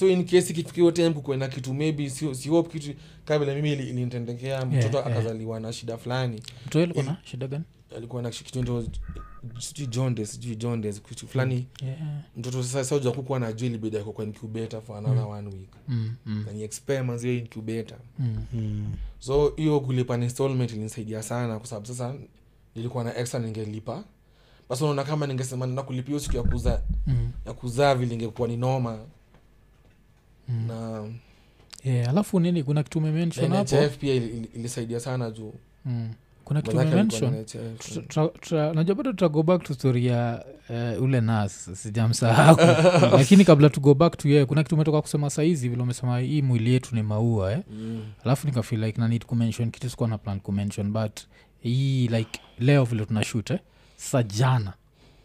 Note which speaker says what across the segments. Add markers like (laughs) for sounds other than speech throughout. Speaker 1: in case ikifikia time kukuwe na kitu maybe si, si hope kitu kaa vile mimi ili- ilinitendekea mtoto
Speaker 2: yeah.
Speaker 1: akazaliwa na shida fulani
Speaker 2: mtoto alikuwa na shida gani
Speaker 1: alikuwa na kitu ndo- sijui jaundice, sijui jaundice, kitu fulani
Speaker 2: yeah.
Speaker 1: mtoto sasa sasa uja kukuwa najua ilibidi ako kwa incubator for another one week
Speaker 2: mm, mm,
Speaker 1: na ni experiments hiyo incubator
Speaker 2: mm.
Speaker 3: Mm.
Speaker 1: so hiyo kulipa na installment ilinisaidia sana kwa sababu sasa nilikuwa na extra ningelipa basi unaona kama ningesema nenda kulipa hiyo siku ya kuzaa
Speaker 2: Mm.
Speaker 1: ya kuzaa vile ingekuwa ni noma
Speaker 2: Mm.
Speaker 1: na
Speaker 2: Yeah, alafu nini kuna kitu
Speaker 1: na
Speaker 2: umemention hapo
Speaker 1: nhf pia ili- ili- ilisaidia sana juu
Speaker 2: mm. kuna kitu
Speaker 1: Badhaka alikuwa
Speaker 2: umemention
Speaker 1: na NHF.
Speaker 2: Tuta- tuta- tuta- najua bado tutago back to story ya uh, ule nas
Speaker 1: (laughs)
Speaker 2: sijamsahau lakini kabla tugo back to yeye kuna kitu umetoka kusema saizi vile umesema hii mwili yetu ni maua eh?
Speaker 1: Mm.
Speaker 2: alafu nikafeel like na need kumention kitu sikuwa na plan kumention but hii like leo vile tunashut eh? sa jana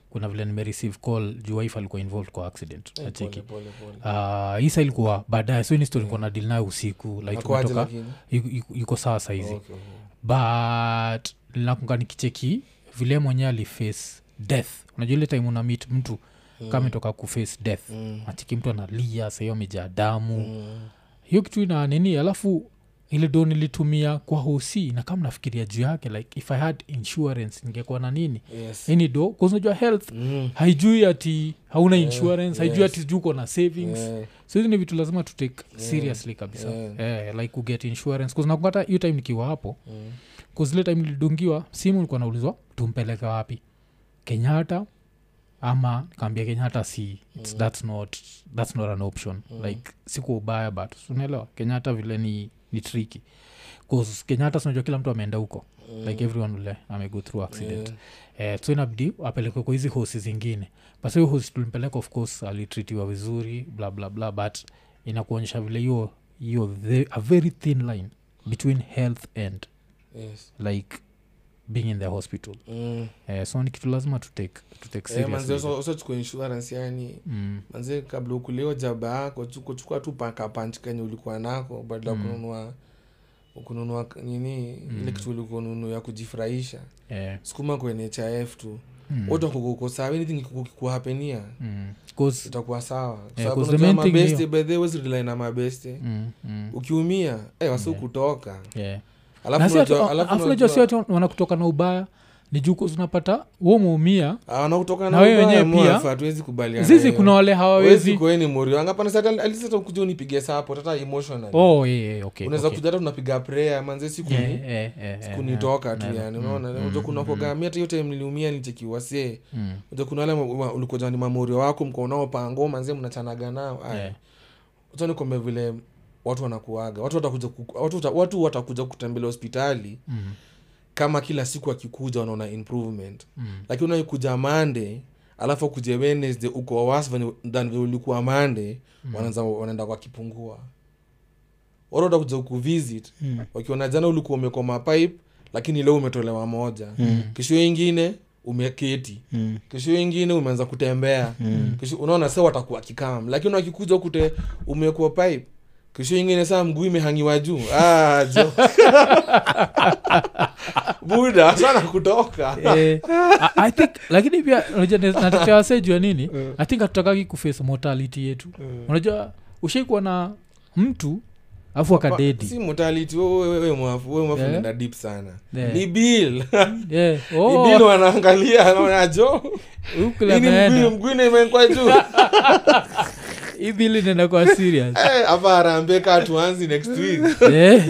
Speaker 2: kuna vile nimereceive call juu wife alikuwa involved kwa accident
Speaker 1: Eh,
Speaker 2: nacheki
Speaker 1: pole, pole, pole.
Speaker 2: uh, hii saa ilikuwa baadaye so ni story nilikuwa na deal nayo usiku like
Speaker 1: Hakuwaje
Speaker 2: umetoka-
Speaker 1: lakini?
Speaker 2: yu- yu- yuko sawa saizi
Speaker 1: Okay, okay.
Speaker 2: but nakunga nikicheki vile mwenyewe aliface death unajua ile time unamit mtu mm. kama toka kuface death
Speaker 1: Mm.
Speaker 2: nachiki mtu analia sahiyo amejaa damu
Speaker 1: Mm.
Speaker 2: hiyo kitu ina nini alafu ile do nilitumia kwa hosi na kama nafikiria juu yake like if i had insurance ningekuwa na nini
Speaker 1: Yes.
Speaker 2: ini do kuzinajua health
Speaker 1: Mm.
Speaker 2: haijui ati hauna
Speaker 1: Yeah,
Speaker 2: insurance haijui
Speaker 1: yes.
Speaker 2: ati sijui uko na savings
Speaker 1: Eh,
Speaker 2: so hizi ni vitu lazima to take seriously kabisa
Speaker 1: yeah.
Speaker 2: Eh, like kuget insurance kuzinakungata hiyo time nikiwa hapo
Speaker 1: mm.
Speaker 2: kuzile time nilidungiwa simu nilikuwa naulizwa tumpeleke wapi kenyatta ama kaambia kenyatta si it's,
Speaker 1: Mm.
Speaker 2: that's, not, that's not an option
Speaker 1: Mm.
Speaker 2: like siku ubaya but unaelewa kenyatta vile ni, ni triki bcause kenyatta sinajua kila mtu ameenda huko
Speaker 1: Mm.
Speaker 2: like everyone ule amego through accident
Speaker 1: Yeah.
Speaker 2: eh, so inabidi apelekwe kwa hizi hosi zingine but hiyo hosi tulimpeleka of course alitritiwa vizuri bla bla bla but inakuonyesha vile hiyo hiyo the- a very thin line between health and
Speaker 1: Yes.
Speaker 2: like being in the hospital
Speaker 1: Mm.
Speaker 2: uh, so ni kitu lazima to take, to take
Speaker 1: Eh, manzi
Speaker 2: seriously.
Speaker 1: usa- usachukua insurance yani
Speaker 2: Mm,
Speaker 1: manzi kabla ukuleo jaba yako chuko- chukua tu pakapanchi kenye ulikuwa nako badala ya
Speaker 2: Mm.
Speaker 1: kununua kununua k- nini ile
Speaker 2: Mm.
Speaker 1: kitu ulikuwa nunu ya kujifurahisha
Speaker 2: eh,
Speaker 1: sukuma kwa nhif tu
Speaker 2: mm,
Speaker 1: wote kuko sawa anything kikuhapenia
Speaker 2: mm. 'Cause-
Speaker 1: itakuwa sawa Kwa
Speaker 2: Yeah,
Speaker 1: sababu
Speaker 2: Eh, 'cause the
Speaker 1: unajua
Speaker 2: main thing
Speaker 1: mabeste,
Speaker 2: hiyo-
Speaker 1: by the way, huwezi rely na mabeste
Speaker 2: mm, mm,
Speaker 1: ukiumia eh, wasi
Speaker 2: Yeah.
Speaker 1: kutoka
Speaker 2: yeah. Na si ati- a- alafu najua si
Speaker 1: alafu
Speaker 2: ati wanakutoka na ubaya ni juu 'cause unapata wo muumia
Speaker 1: Ah, wanakutoka
Speaker 2: Na wewe wenyewe pia,
Speaker 1: hatuwezi kubaliana
Speaker 2: zizi
Speaker 1: hiyo.
Speaker 2: kuna wale
Speaker 1: Huwezi
Speaker 2: hawawezi
Speaker 1: kueni morio angapana sata alisata kuja unipige sapo tata emotional
Speaker 2: oh, yeah, yeah, okay,
Speaker 1: unaweza
Speaker 2: okay. Eh.
Speaker 1: kuja hata tunapiga prayer manze siku
Speaker 2: Yeah, yeah, yeah, yeah,
Speaker 1: kunitoka tu
Speaker 2: yeah,
Speaker 1: yani
Speaker 2: mm,
Speaker 1: unaona
Speaker 2: mm,
Speaker 1: unajua kuna
Speaker 2: mm,
Speaker 1: kuoga mi hata hiyo time niliumia nilichekiwasee
Speaker 2: mm,
Speaker 1: unajua kuna wale ulikuja ni mamorio wako mko nao pango manze mnachanaga nao aya
Speaker 2: yeah.
Speaker 1: Wacha nikwambie vile watu wanakuaga watu watakuja ku- watu, wata- watu watakuja kutembelea hospitali
Speaker 2: Mm,
Speaker 1: kama kila siku akikuja wanaona improvement
Speaker 2: mm,
Speaker 1: lakini unaikuja mande alafu kuje wednesday uko was than vile ulikuwa mande
Speaker 2: Mm.
Speaker 1: wanaanza wanaenda kwa kipungua watu watakuja kuvisit
Speaker 2: mm,
Speaker 1: wakiona jana ulikuwa umekoma pipe lakini leo umetolewa moja
Speaker 3: Mm.
Speaker 1: kesho ingine umeketi
Speaker 3: Mm.
Speaker 1: kesho ingine umeanza kutembea
Speaker 3: Mm.
Speaker 1: kesho unaona sa watakuwa kikam lakini wakikuja kute umekuwa pipe kesho ingine saa mguu imehangiwa juu ah, jo (laughs) buda sana kutoka
Speaker 2: Eh, I- I think- lakini pia unajua, na- natetea wasee juu ya nini
Speaker 3: Mm.
Speaker 2: i think hatutakagi kuface mortality yetu unajua ushaikuwa na mtu afu akadedi
Speaker 1: si mortality wewe wewe mwafu wewe mwafu
Speaker 2: Eh.
Speaker 1: unaenda deep sana
Speaker 2: Eh.
Speaker 1: ni bill (laughs)
Speaker 2: Yeah.
Speaker 1: ni
Speaker 2: Oh,
Speaker 1: bill wanaangalia anaona jo
Speaker 2: huku la
Speaker 1: Hii ni mguu
Speaker 2: naenda
Speaker 1: mguu imewekwa
Speaker 2: (laughs)
Speaker 1: juu
Speaker 2: hii bili inaenda kwa
Speaker 1: (laughs)
Speaker 2: serious
Speaker 1: Eh, hapa araambie kaa tuanzi next week
Speaker 2: Eh,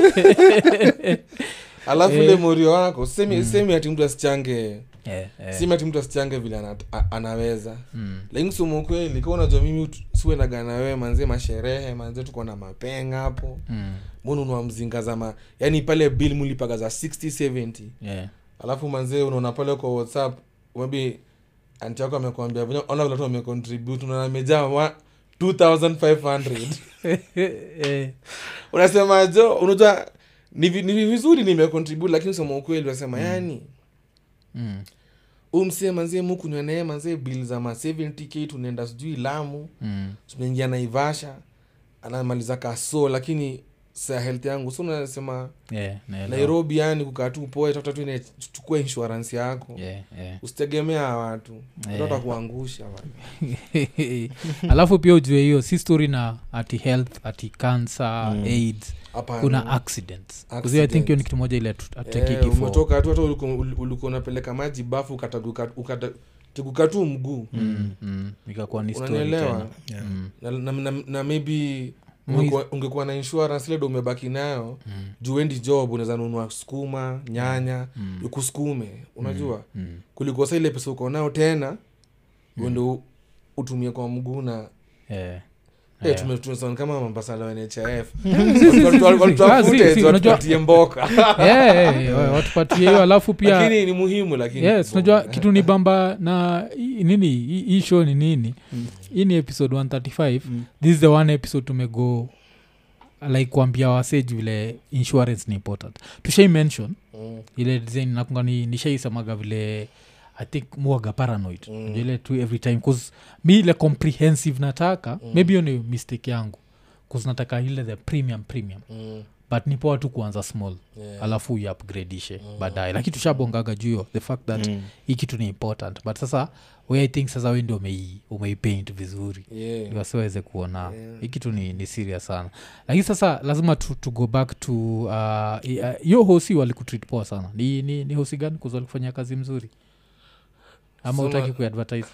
Speaker 1: alafu
Speaker 2: Eh.
Speaker 1: ile morio wako semi, semi ati mtu asichange
Speaker 2: eh, eh.
Speaker 1: semi ati mtu asichange vile ana, a- anaweza
Speaker 2: Mm,
Speaker 1: lakini kusema ukweli ka unajua mimi siuenaga na wewe manzie masherehe manzie tuko na mapenga hapo
Speaker 2: mm,
Speaker 1: mbona unua mzinga za ma yani pale bill mulipaga za 60 70
Speaker 2: yeah.
Speaker 1: alafu manzie unaona pale kwa whatsapp maybe anti yako amekwambia "Vile- ona vile tu amecontribute unaona amejaa wa- 2500
Speaker 2: Eh,
Speaker 1: unasema jo unajua ni, vi- ni vi- vizuri nimecontribute lakini sema ukweli unasema "Yaani, yani
Speaker 2: mm,
Speaker 1: umse manzie mukunywa naye manzie bill za ma 70k tunaenda sijui lamu
Speaker 2: mm,
Speaker 1: tunaingia naivasha anamaliza kaso lakini sa health yangu so unasema
Speaker 2: yeah, naelewa.
Speaker 1: nairobi yani kukaa tu poe tafuta tu inachukua insurance yako
Speaker 2: Yeah, yeah. (laughs)
Speaker 1: usitegemea hawa watu
Speaker 2: Yeah.
Speaker 1: yeah. watakuangusha bana.
Speaker 2: alafu pia ujue hiyo si story na ati health ati cancer
Speaker 1: Mm.
Speaker 2: aids
Speaker 1: Hapana.
Speaker 2: kuna accidents kuzio i think hiyo ni kitu moja ile hatu-
Speaker 1: Eh,
Speaker 2: hatutakiki for
Speaker 1: umetoka tu hata uliku- uli- ulikuwa unapeleka maji bafu ukataguka- ukata- teguka tu mguu
Speaker 2: Mm, mm. ikakuwa ni story
Speaker 1: unanielewa
Speaker 2: tena Mm,
Speaker 1: na, na, na, na maybe
Speaker 2: Mwi-
Speaker 1: ungekuwa- ungekuwa na insurance ile ndo umebaki nayo
Speaker 2: Mm.
Speaker 1: juu endi job unaweza nunua sukuma nyanya
Speaker 2: Mm.
Speaker 1: ukusukume unajua
Speaker 2: mm.
Speaker 1: kuliko sa ile pesa uko nayo tena
Speaker 2: Hmm.
Speaker 1: uende u- utumie kwa mguu na (laughs)
Speaker 2: Yeah.
Speaker 1: Eh,
Speaker 2: Yeah.
Speaker 1: tume- tumesimama kama mambasala wa
Speaker 2: (laughs)
Speaker 1: nhif
Speaker 2: si, si, si, si. Ah, si, si,
Speaker 1: walitutafute
Speaker 2: unajua-
Speaker 1: watupatie mboka
Speaker 2: Yeah, yeah, yeah, eh, watupatie hiyo alafu (laughs) pia
Speaker 1: lakini ni muhimu lakini Mm,
Speaker 2: yes unajua kitu ni bamba na hii- nini hii hii show ni nini
Speaker 3: Mm.
Speaker 2: hii ni episode 135
Speaker 3: Mm.
Speaker 2: this is the one episode tumego like kuambia wasage vile insurance ni important tushai mention
Speaker 1: Mm,
Speaker 2: ile design nakunga ni nishaisemaga vile i think muaga paranoid
Speaker 1: Mm.
Speaker 2: Unajua ile tu every time cause mi ile comprehensive nataka
Speaker 1: Mm.
Speaker 2: maybe hiyo ni mistake yangu cause nataka ile the premium premium
Speaker 1: mm,
Speaker 2: but ni poa tu kuanza small
Speaker 1: yeah. Mm.
Speaker 2: alafu uiupgradishe baadaye lakini tushabongaga juu hiyo the fact that
Speaker 3: Mm.
Speaker 2: hii kitu ni important but sasa we i think sasa we ndio umei- umeipaint vizuri
Speaker 1: Yeah.
Speaker 2: ndio wasiweze kuona
Speaker 1: Yeah.
Speaker 2: hii kitu ni, ni serious sana lakini sasa lazima tu, tu go back to uh, i- uh, hiyo hosi walikutreat poa sana ni, ni, ni hosi gani kuza walikufanyia kazi mzuri ama
Speaker 1: Sema-
Speaker 2: utaki kuadvertise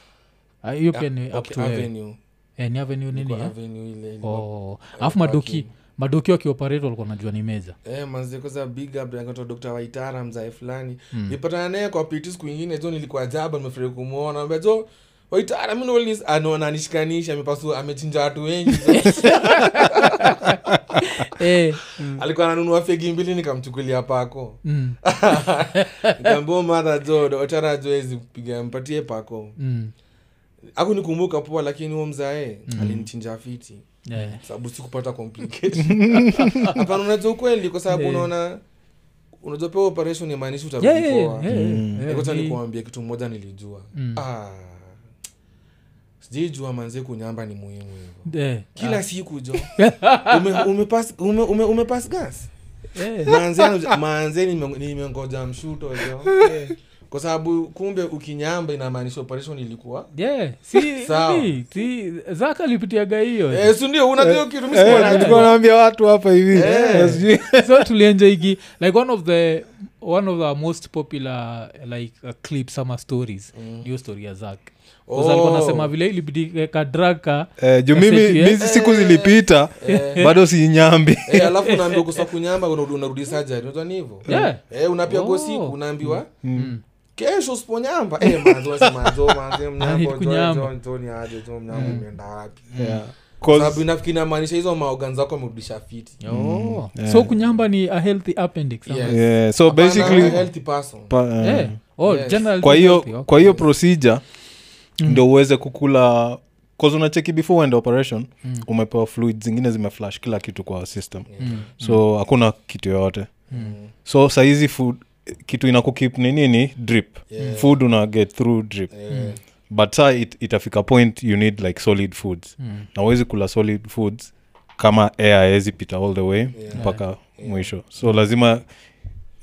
Speaker 2: Ah, hiyo pia ni up
Speaker 1: Okay,
Speaker 2: to wewe.
Speaker 1: avenue.
Speaker 2: Eh, ni avenue nini
Speaker 1: Niko
Speaker 2: eh?
Speaker 1: avenue ile ile.
Speaker 2: Oh.
Speaker 1: Eh,
Speaker 2: alafu madoki
Speaker 1: parking.
Speaker 2: madoki wakioperate walikuwa najua
Speaker 1: (laughs)
Speaker 2: ni meza
Speaker 1: Eh, manzi kwanza big up yakatoa Dr. waitara mzae fulani
Speaker 2: Mm.
Speaker 1: nilipatana naye kwa pt siku ingine jo nilikuwa jaba nimefurahi kumwona Naambia, jo waitara mi noli Ah, ananishikanisha amepasua amechinja watu
Speaker 2: (laughs)
Speaker 1: wengi
Speaker 2: eh,
Speaker 1: alikuwa ananunua fegi mbili nikamchukulia
Speaker 2: (laughs)
Speaker 1: pako
Speaker 2: mm,
Speaker 1: nikaambia madha jo waitara jo hezi piga mpatie pako
Speaker 2: mm,
Speaker 1: akunikumbuka poa lakini huo mzae alinichinja fiti
Speaker 2: eh,
Speaker 1: sababu sikupata complication
Speaker 2: (laughs)
Speaker 1: hapana unajua ukweli kwa sababu
Speaker 2: Eh.
Speaker 1: unaona unajua pewa operation imaanishi utakuwa
Speaker 2: yeah, yeah, yeah,
Speaker 3: Mm.
Speaker 2: yeah,
Speaker 1: nikocha
Speaker 2: ni-
Speaker 1: nikuambia kitu moja nilijua
Speaker 2: Mm.
Speaker 1: ah, sijaijua manzie kunyamba ni muhimu hivo
Speaker 2: eh,
Speaker 1: kila
Speaker 2: ah,
Speaker 1: siku
Speaker 2: (laughs)
Speaker 1: jo ume, umepas ume, ume, umepas gas
Speaker 2: eh,
Speaker 1: manze anu- manze nime- nimengoja mshuto
Speaker 2: (laughs)
Speaker 1: jo kwa sababu kumbe ukinyamba inamaanisha operation ilikuwa
Speaker 2: yeah, si-
Speaker 1: Sawa.
Speaker 2: si- si- zaka alipitiaga hiyo
Speaker 1: Eh, si ndio unajua kitu mi sikuwa
Speaker 3: Eh,
Speaker 1: najua.
Speaker 3: tulikuwa naambia watu hapa hivi
Speaker 1: Eh.
Speaker 3: Na sijui-
Speaker 2: (laughs) so tulienjoigi like one of the one of the most popular like uh, clips ama stories
Speaker 1: Mm.
Speaker 2: hiyo story ya zak
Speaker 1: Oh.
Speaker 2: alikuwa nasema vile ilibidi kadraka
Speaker 3: Eh, juu mimi
Speaker 2: Kaseti, eh?
Speaker 3: mi siku zilipita (laughs)
Speaker 1: Eh.
Speaker 3: bado si nyambi
Speaker 1: Eh, alafu unaambiwa kusa kunyamba unarudi unarudi sajari unajua ni hivo
Speaker 2: Yeah.
Speaker 1: eh, unapiga kwa
Speaker 2: Oh.
Speaker 1: siku unaambiwa
Speaker 2: Mm.
Speaker 1: kesho usiponyamba eh, manzo semazo manze mnyambo
Speaker 2: Kunyamba. Mm.
Speaker 1: joni aje jo mnyambo umeenda wapi
Speaker 3: Yeah.
Speaker 1: sababu nafikiri namaanisha hizo maogan zako amerudisha fiti
Speaker 2: Oh.
Speaker 3: Yeah.
Speaker 2: so kunyamba ni a healthy appendix ama-
Speaker 1: Yeah.
Speaker 3: Yeah, so
Speaker 1: Hapana, a
Speaker 3: basically
Speaker 1: healthy person.
Speaker 3: pa- eh,
Speaker 2: Eh, oh,
Speaker 1: Yes.
Speaker 2: general
Speaker 3: kwa
Speaker 2: healthy,
Speaker 3: hiyo
Speaker 2: okay.
Speaker 3: kwa hiyo procedure ndo uweze kukula cause unacheki before uende operation
Speaker 2: Mm.
Speaker 3: umepewa fluid zingine zimeflash kila kitu kwa system
Speaker 2: Mm.
Speaker 3: so hakuna kitu yoyote
Speaker 1: Mm.
Speaker 3: so saizi food kitu inakukip ni nini drip
Speaker 1: Yeah.
Speaker 3: food una get through drip
Speaker 2: Mm.
Speaker 1: Eh,
Speaker 3: but saa it, itafika point you need like solid foods
Speaker 2: Mm.
Speaker 3: na uwezi kula solid foods kama air awezi pita all the way
Speaker 1: Yeah.
Speaker 3: mpaka mwisho so lazima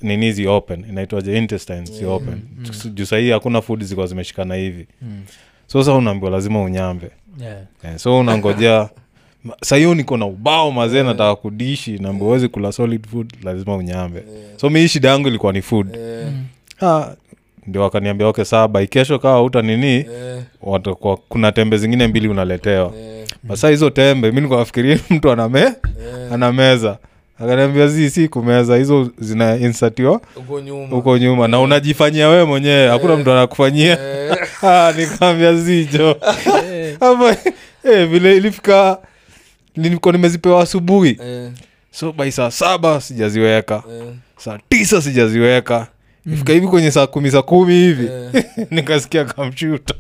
Speaker 3: nini zi open inaitwaje intestines zi open mm. juu sahii hakuna food zikuwa zimeshikana hivi
Speaker 2: Mm.
Speaker 3: so sasa unaambiwa lazima unyambe
Speaker 2: Yeah.
Speaker 3: eh, so unangojea Ma- sahii niko na ubao mazee nataka kudishi naambiwa uwezi kula solid food lazima unyambe
Speaker 1: Yeah.
Speaker 3: so mi shida yangu ilikuwa ni food
Speaker 1: eh,
Speaker 2: Mm.
Speaker 3: Ah, ndio wakaniambia oke saba ikesho kawa uta nini
Speaker 1: eh,
Speaker 3: watakuwa kuna tembe zingine mbili unaletewa
Speaker 1: eh,
Speaker 3: basa hizo tembe mi nikawafikiria (laughs) mtu aname
Speaker 1: eh,
Speaker 3: anameza akaniambia zi si kumeza hizo zina insatiwa
Speaker 1: uko nyuma
Speaker 3: huko nyuma na unajifanyia wewe mwenyewe hakuna mtu anakufanyia
Speaker 1: Eh, (laughs)
Speaker 3: Ah, nikaambia zijo
Speaker 2: Eh,
Speaker 3: Ama, eh, vile ilifika nilikuwa nimezipewa asubuhi
Speaker 1: eh,
Speaker 3: so by saa saba sijaziweka
Speaker 1: eh,
Speaker 3: saa tisa sijaziweka ifika hivi kwenye saa kumi saa kumi hivi
Speaker 2: (laughs)
Speaker 1: eh.
Speaker 3: (laughs) nikasikia
Speaker 1: (laughs)
Speaker 3: kamshuta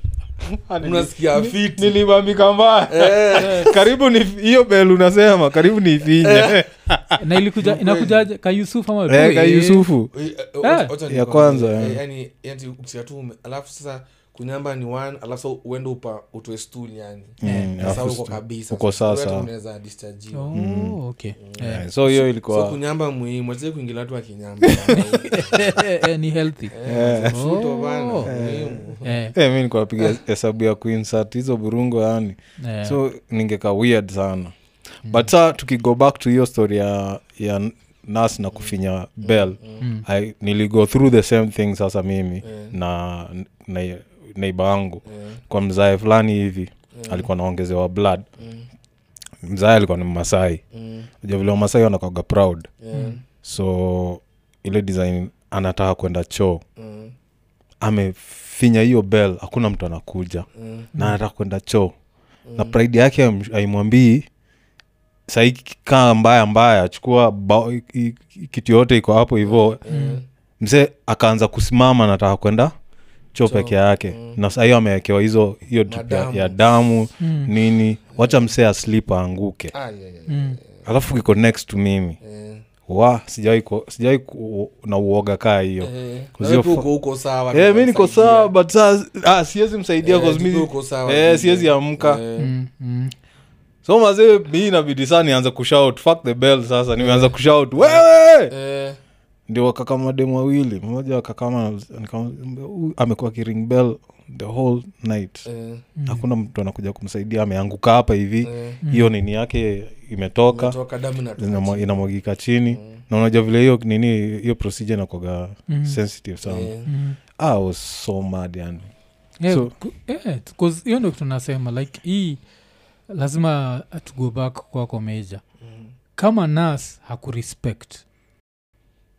Speaker 1: unasikia fiti
Speaker 3: nilimamika mbaya
Speaker 1: Eh, Eh.
Speaker 3: karibu ni hiyo bel unasema karibu ni ifinye Ah.
Speaker 2: na ilikuja inakujaje ka yusuf ama
Speaker 3: reka yusufu
Speaker 1: eh,
Speaker 2: Eh.
Speaker 1: wacha
Speaker 3: Ya
Speaker 1: nikwambie,
Speaker 3: kwanza,
Speaker 1: eh,
Speaker 3: eh.
Speaker 1: yani- yani ukisikia tu ume- alafu sasa kunyamba ni one alafu sa uende upa utoe stool yani
Speaker 3: Mm,
Speaker 1: sasa
Speaker 3: alafu
Speaker 1: Eh, uko
Speaker 3: stu-
Speaker 1: kabisa
Speaker 3: uko
Speaker 1: So,
Speaker 3: sawa,
Speaker 1: hata
Speaker 3: sawa.
Speaker 1: unaweza dischargiwa.
Speaker 2: Oh,
Speaker 3: Mm.
Speaker 2: okay. Eh,
Speaker 3: Eh, so hiyo
Speaker 1: so
Speaker 3: ilikuwa
Speaker 1: kunyamba muhimu acheze kuingilia watu
Speaker 3: (laughs)
Speaker 1: wakinyamba
Speaker 2: eh, (laughs) ni healthy
Speaker 1: Eh, mfuto
Speaker 2: Oh.
Speaker 1: bana,
Speaker 2: Eh.
Speaker 1: muhimu.
Speaker 2: Eh,
Speaker 3: Eh, mi nikuwa piga hesabu ya kuinsert hizo burungo yani
Speaker 2: eh,
Speaker 3: so ningeka weird sana but saa tukigo back to hiyo story ya, ya nas na kufinya bell
Speaker 2: mm,
Speaker 3: I, niligo through the same thing sasa mimi
Speaker 1: Eh,
Speaker 3: na na neiba wangu
Speaker 1: eh,
Speaker 3: kwa mzae fulani hivi
Speaker 1: eh,
Speaker 3: alikuwa naongezewa blood
Speaker 1: eh,
Speaker 3: mzae alikuwa ni masai
Speaker 1: eh,
Speaker 3: ja vile wamasai wanakwaga proud
Speaker 1: eh,
Speaker 3: so ile design anataka kwenda choo
Speaker 1: eh,
Speaker 3: amefinya hiyo bell hakuna mtu anakuja
Speaker 1: eh.
Speaker 3: na anataka kwenda choo
Speaker 1: mm.
Speaker 3: na pride yake haim- haimwambii sahii kaa mbaya mbaya chukua bao- i- i- kitu yote iko hapo hivo
Speaker 1: Mm.
Speaker 3: mzee akaanza kusimama nataka kwenda choo peke yake
Speaker 1: mm.
Speaker 3: na sahiyo amewekewa hizo hiyo drip ya,
Speaker 1: Madamu.
Speaker 3: ya damu
Speaker 2: mm,
Speaker 3: nini wacha msee aslip aanguke
Speaker 1: Ah, yeah, yeah,
Speaker 3: Hmm.
Speaker 1: yeah.
Speaker 2: mm.
Speaker 3: alafu kiko next to mimi
Speaker 1: Eh,
Speaker 3: wa sijawai ku- sijawai ku- na uoga kaa hiyo
Speaker 1: eh. Na
Speaker 3: Kuzio
Speaker 1: wewe tu
Speaker 3: fa-
Speaker 1: uko- uko sawa
Speaker 3: Eh, mi niko
Speaker 1: tunakusaidia.
Speaker 3: sawa but saa ah, siwezi msaidia
Speaker 1: Eh,
Speaker 3: 'cause
Speaker 1: tukiwa
Speaker 3: mi-
Speaker 1: uko sawa,
Speaker 3: eh,
Speaker 1: tunakusaidia.
Speaker 3: siwezi amka Hmm.
Speaker 1: Eh,
Speaker 2: Mm, mm.
Speaker 3: so mazee mi inabidi saa nianza kushout fuck the bell sasa nimeanza kushout wewe
Speaker 1: eh,
Speaker 3: ndio wakakama mademu wawili mmoja wakakama nikamwambia, "Huyu amekuwa kiring bell the whole night
Speaker 1: eh,
Speaker 2: Mm.
Speaker 3: hakuna mtu anakuja kumsaidia ameanguka hapa hivi
Speaker 1: eh.
Speaker 3: hiyo nini yake Mm. imetoka
Speaker 1: Umetoka, damu inatoka
Speaker 3: inamwa- inamwagika chini
Speaker 1: Mm.
Speaker 3: na unajua vile hiyo nini hiyo procedure inakuaga
Speaker 2: Mm.
Speaker 3: sensitive sana Ah,
Speaker 1: Eh,
Speaker 2: Mm.
Speaker 3: i was so mad yani
Speaker 2: Eh,
Speaker 3: So-
Speaker 2: ku- eh, 'cause hiyo ndo tunasema like hii lazima tugo back kwako meja
Speaker 1: mm,
Speaker 2: kama nas hakurespect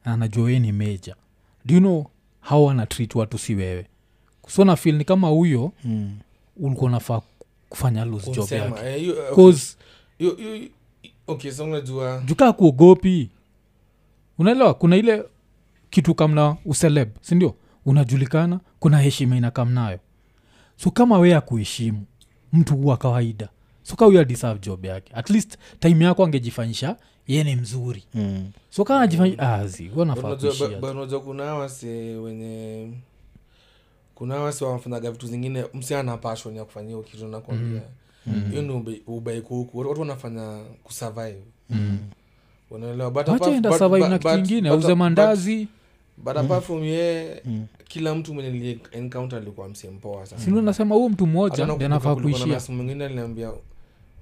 Speaker 2: na anajua we ni meja do you know how anatreat watu si wewe so na feel ni kama huyo
Speaker 3: Mm.
Speaker 2: ulikuwa unafaa kufanya lose job
Speaker 1: kumsema,
Speaker 2: yake
Speaker 1: eh, hiyo-
Speaker 2: bcause
Speaker 1: hiyo- hiyo- okay so unajua
Speaker 2: jukaa kuogopi unaelewa kuna ile kitu kamna useleb sindio unajulikana kuna heshima inakam nayo so kama we akuheshimu mtu wa kawaida so ka huyo adiserve job yake at least time yako angejifanyisha ye ni mzuri
Speaker 3: Mm.
Speaker 2: so kaa najifanyisha azi nafaa
Speaker 1: Mm. Unajua- ba-
Speaker 2: kuishia
Speaker 1: ba- unajua kuna hawa wase wenye kuna hawa wase wanafanyaga vitu zingine msi ana passion ya kufanya hiyo kitu nakwambia
Speaker 2: Mm.
Speaker 1: hiyo ni ubai- ubaiku huku Watu- watu wanafanya kusurvive unaelewa But apart-
Speaker 2: wachaenda
Speaker 1: but-
Speaker 2: Mm. survive
Speaker 1: but-
Speaker 2: na kitu
Speaker 1: but-
Speaker 2: ingine
Speaker 1: but-
Speaker 2: auze
Speaker 1: but-
Speaker 2: mandazi
Speaker 1: but apart from ye
Speaker 3: Mm.
Speaker 1: kila mtu mwenye nilie encounter alikuwa msempoa sana
Speaker 2: sindio nasema huyu mtu mmoja
Speaker 1: Mm. Hata
Speaker 2: ndi
Speaker 1: nakumbuka
Speaker 2: anafaa
Speaker 1: kulikuwa na
Speaker 2: kuishia
Speaker 1: masi mwingine aliniambia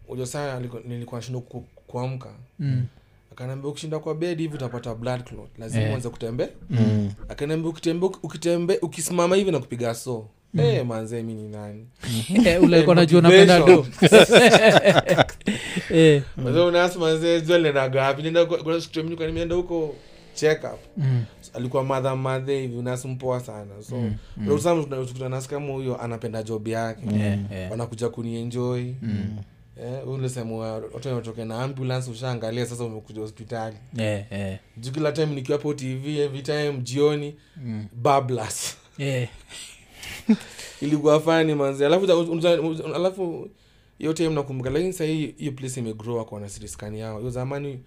Speaker 1: ujo saa nilikuwa nashinda ku- kuamka
Speaker 2: Mm,
Speaker 1: akanaambia ukishinda kwa bed hivi utapata blood clot lazima
Speaker 2: Eh.
Speaker 1: uanze kutembea
Speaker 3: Mm.
Speaker 1: akanaambia ukitembe ukitembe ukisimama hivi na kupiga so mm. hey, manze mi ni nani
Speaker 2: (laughs) Eh, ule alikuwa
Speaker 1: (laughs)
Speaker 2: anajua napenda do (laughs) Eh,
Speaker 1: unasmanzejualenagapinenda huko check up
Speaker 2: mm.
Speaker 1: alikuwa madha madhe hivi unasmpoa sana so
Speaker 2: Mm, mm.
Speaker 1: unakutanasi kama huyo anapenda job yake
Speaker 2: Yeah, yeah. Mm.
Speaker 1: wanakuja kunienjoi eh, ulisema watu watoke na ambulance ushaangalia sasa umekuja hospitali
Speaker 2: Yeah, yeah.
Speaker 1: juu kila time nikiwapo tv every time jioni
Speaker 2: Mm.
Speaker 1: bablas (laughs)
Speaker 2: Yeah.
Speaker 1: ilikuwa fani manzi alafu za- unza- unza- alafu hiyo time nakumbuka lakini sahii hiyo place imegrow ako na city scan yao hiyo zamani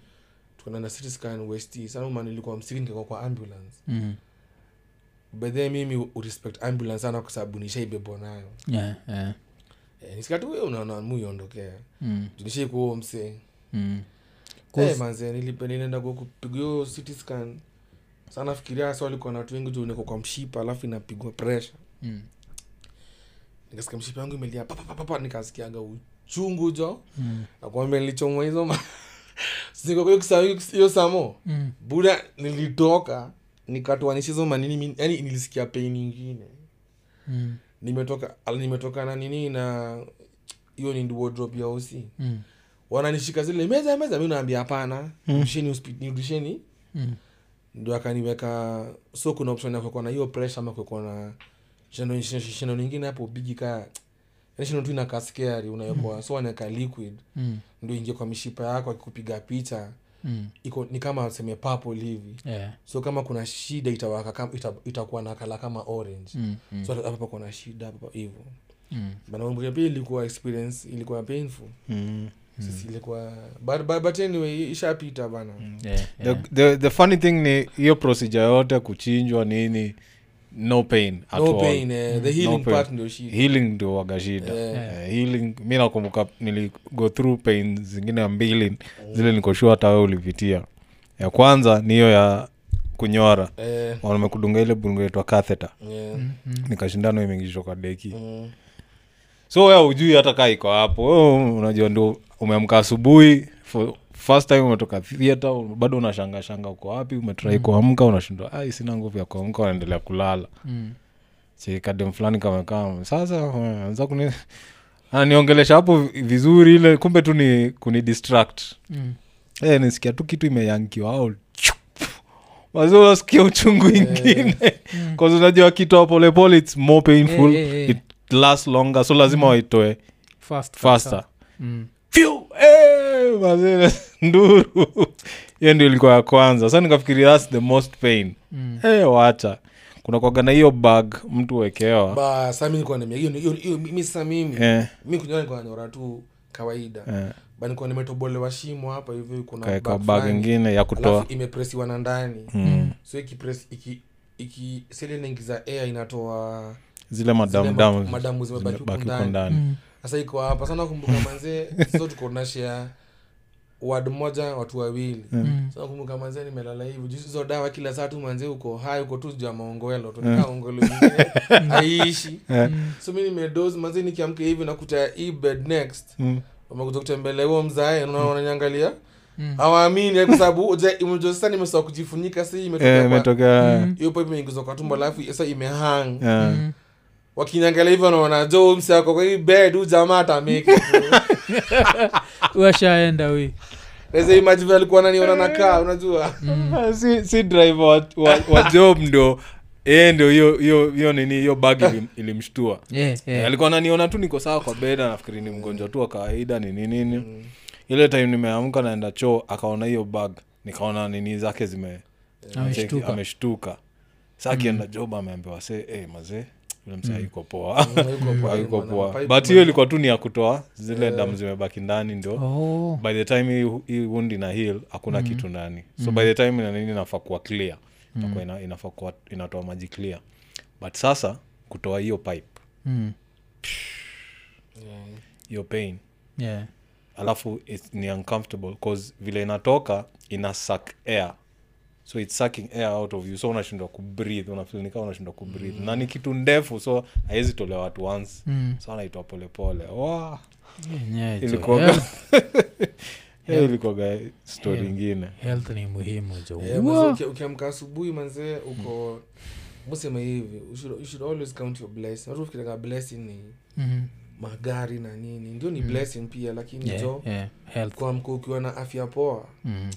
Speaker 1: tukona na city scan west East. sana man ilikuwa msiki nikikuwa kwa ambulance
Speaker 2: Mm.
Speaker 1: by then mimi u- urespect ambulance sana kwa sababu nishaibebwa nayo
Speaker 2: Yeah, yeah.
Speaker 1: eh, nisikati huyo unaona muiondokea
Speaker 2: Mm,
Speaker 1: nishaikuwa msee Eh,
Speaker 2: mm. Cause-
Speaker 1: manze nilipe- nilienda ku- kupigwa hiyo city scan sana fikiria sa walikuwa na watu wengi juu niko kwa mshipa alafu inapigwa pressure
Speaker 2: Mm,
Speaker 1: nikasikia mshipa yangu imelia papapapa nikasikiaga uchungu jo
Speaker 2: mm,
Speaker 1: nakwambia nilichomwa hizo ma- (laughs) Siko kwa hiyo kisa- hiyo kisa- hiyo samo
Speaker 2: mm.
Speaker 1: buda nilitoka nikatoanisha hizo manini mi- yani nilisikia pain ingine
Speaker 2: Mm,
Speaker 1: nimetoka al- nimetoka na nini na hiyo ni wardrobe ya osi
Speaker 2: mm,
Speaker 1: wananishika zile meza meza mi naambia hapana nirudisheni hospi- nirudisheni
Speaker 2: mm.
Speaker 1: ndio akaniweka so kuna option ya kuwekwa na hiyo pressure ama kuwekwa na shindano- shindano lingine hapo bigi kaa yani shindano tu inakaa scary unawekwa so wanaweka liquid
Speaker 2: Mm,
Speaker 1: ndio ingie kwa mishipa yako akikupiga picha
Speaker 2: mm.
Speaker 1: iko ni kama seme papo hivi
Speaker 2: Yeah.
Speaker 1: so kama kuna shida itawaka kama- ita, itakuwa na kala kama orange
Speaker 2: Mm, mm,
Speaker 1: so hapa kuna shida hapa hivyo
Speaker 2: mm.
Speaker 1: banakumbuka pia ilikuwa experience ilikuwa painful
Speaker 3: Mm.
Speaker 1: sisi ilikuwa but, but, but anyway ishapita bana
Speaker 3: Hmm.
Speaker 2: Yeah,
Speaker 3: the,
Speaker 2: yeah.
Speaker 3: the, the funny thing ni hiyo procedure yote kuchinjwa nini no pain at
Speaker 1: no
Speaker 3: all. Hmm.
Speaker 1: pain eh, the healing
Speaker 3: pain.
Speaker 1: part ndio shida
Speaker 3: healing ndio wagashida
Speaker 1: Eh.
Speaker 3: Eh, healing mi nakumbuka niligo through pain zingine mbili zile nikoshua hata we ulipitia ya kwanza ni hiyo ya kunyora
Speaker 1: eh,
Speaker 3: wanamekudunga ile bunga itwa katheta
Speaker 1: yeah.
Speaker 3: nikashindano imeingishwa kwa deki
Speaker 1: Mm.
Speaker 3: so wewe ujui hata kaa iko hapo Wewe unajua ndio umeamka asubuhi for first time umetoka theater bado unashangashanga uko wapi umetrai kuamka unashindwa ai sina nguvu ya kuamka unaendelea kulala
Speaker 2: Mm.
Speaker 3: chikadem fulani kamekama sasa eh, anza kuni ananiongelesha hapo vi- vizuri ile kumbe tu ni kuni distract
Speaker 2: Mm.
Speaker 3: e, nisikia tu kitu imeyankiwa au wazi unasikia uchungu ingine
Speaker 2: Mm.
Speaker 3: (laughs) Cause unajua kitoa polepole its more painful
Speaker 2: Eh, eh, Mm. eh.
Speaker 3: it lasts longer so lazima waitoe
Speaker 2: Fast,
Speaker 3: faster
Speaker 2: Mm.
Speaker 3: Phew! Eh, mazee, (laughs) nduru hiyo ndio ilikuwa ya kwanza sa nikafikiri thats the most pain
Speaker 2: Mm.
Speaker 3: hey, wacha kuna kwaga na hiyo bag mtu wekewa
Speaker 1: ba sa mi nikuwa nimia hiyo- hiyo- hiyo- mi sasa mimi
Speaker 3: eh,
Speaker 1: mi kunyoa nikuwa nanyora tu kawaida
Speaker 3: eh,
Speaker 1: ba nikuwa nimetobolewa shimo hapa hivi kuna
Speaker 3: kaeka
Speaker 1: bag
Speaker 3: bag
Speaker 1: fulani.
Speaker 3: ingine ya kutoa
Speaker 1: alafu imepresiwa na ndani
Speaker 3: mm.
Speaker 1: so ikipres iki, iki sile inaingiza air inatoa
Speaker 3: zile
Speaker 1: zile
Speaker 3: madamdamu
Speaker 1: ma- madamu zimebaki huko
Speaker 3: zimebaki huko
Speaker 1: ndani.
Speaker 3: ndani
Speaker 2: Mm.
Speaker 1: sasa iko hapa sana kumbuka manzee so tuko tunashea wad moja watu wawili
Speaker 2: Mm.
Speaker 1: so kumbuka manzee nimelala hivi Juu hizo dawa kila saa tu manzee uko hai uko tu juu ya maongowelo tunakaa ongolo
Speaker 2: (laughs)
Speaker 1: ingine haiishi
Speaker 2: Mm.
Speaker 1: so mi nimedos manzee nikiamka hivi nakuta hii bed next
Speaker 3: Mm.
Speaker 1: wamekuja kutembelea huo mzae nananyangalia
Speaker 2: Mm.
Speaker 1: hawaamini yaani kwa sababu sasa nimesoa kujifunika si
Speaker 3: Eh,
Speaker 1: imetokea kwa-
Speaker 3: imetokea
Speaker 2: Mm.
Speaker 1: hiyo pipe imeingizwa kwa tumbo alafu sasa imehang
Speaker 3: eh.
Speaker 2: Mm.
Speaker 1: wakinyangalia hivyo wanaona jo msi ako kwa hii bed huu jamaa
Speaker 2: (laughs)
Speaker 1: atameke
Speaker 2: washaenda we
Speaker 1: naweza imaji vile alikuwa naniona nakaa unajua
Speaker 3: Mm, Ah, si, si driver wa, wa, wa job ndo yeye ndio hiyo hiyo hiyo nini hiyo bag ilim, ilimshtua
Speaker 2: yeah,
Speaker 3: yeah.
Speaker 2: yeah.
Speaker 3: alikuwa naniona tu niko sawa kwa beda nafikiri ni mgonjwa tu wa kawaida nini nini
Speaker 2: Mm.
Speaker 3: ile time nimeamka naenda choo akaona hiyo bag nikaona nini zake zime
Speaker 2: Ameshtuka. Mm.
Speaker 3: ameshtuka sa akienda job ameambiwa se hey, mazee ule msaa yuko
Speaker 2: (laughs)
Speaker 3: poa yuko poa but hiyo ilikuwa tu ni ya kutoa zile damu zimebaki ndani ndio
Speaker 2: Oh.
Speaker 3: by the time hii- hii wundi na heal hakuna mm. kitu ndani so mm. by the time ina nini inafaa kuwa clear mm. ina, inafaa kuwa inatoa maji clear but sasa kutoa hiyo pipe
Speaker 2: Mm.
Speaker 3: hiyo pain
Speaker 2: Yeah.
Speaker 3: alafu it's, ni uncomfortable cause vile inatoka ina suck air so it's sucking air out of you so unashindwa kubreathe unafilnika unashindwa kubreathe mm. na ni kitu ndefu so haiwezi tolewa at once
Speaker 2: Mm.
Speaker 3: so anaitwa polepole wow.
Speaker 2: Yeah, it's
Speaker 3: Ilikuwaga-
Speaker 2: health.
Speaker 3: hiyo ilikuwaga story ingine
Speaker 2: health ni muhimu jo
Speaker 1: Eh,
Speaker 2: Wow.
Speaker 1: manze, uki- ukiamka asubuhi manzee uko
Speaker 3: Mm.
Speaker 1: musema hivi you should, you should always count your blessing watu fikiraga blessing ni
Speaker 2: Mhm.
Speaker 1: magari na nini ndio
Speaker 3: Mm.
Speaker 1: ni blessing pia lakini
Speaker 2: Yeah,
Speaker 1: jo
Speaker 2: yeah. Health.
Speaker 1: kuamka ukiwa na afya poa
Speaker 2: Mhm.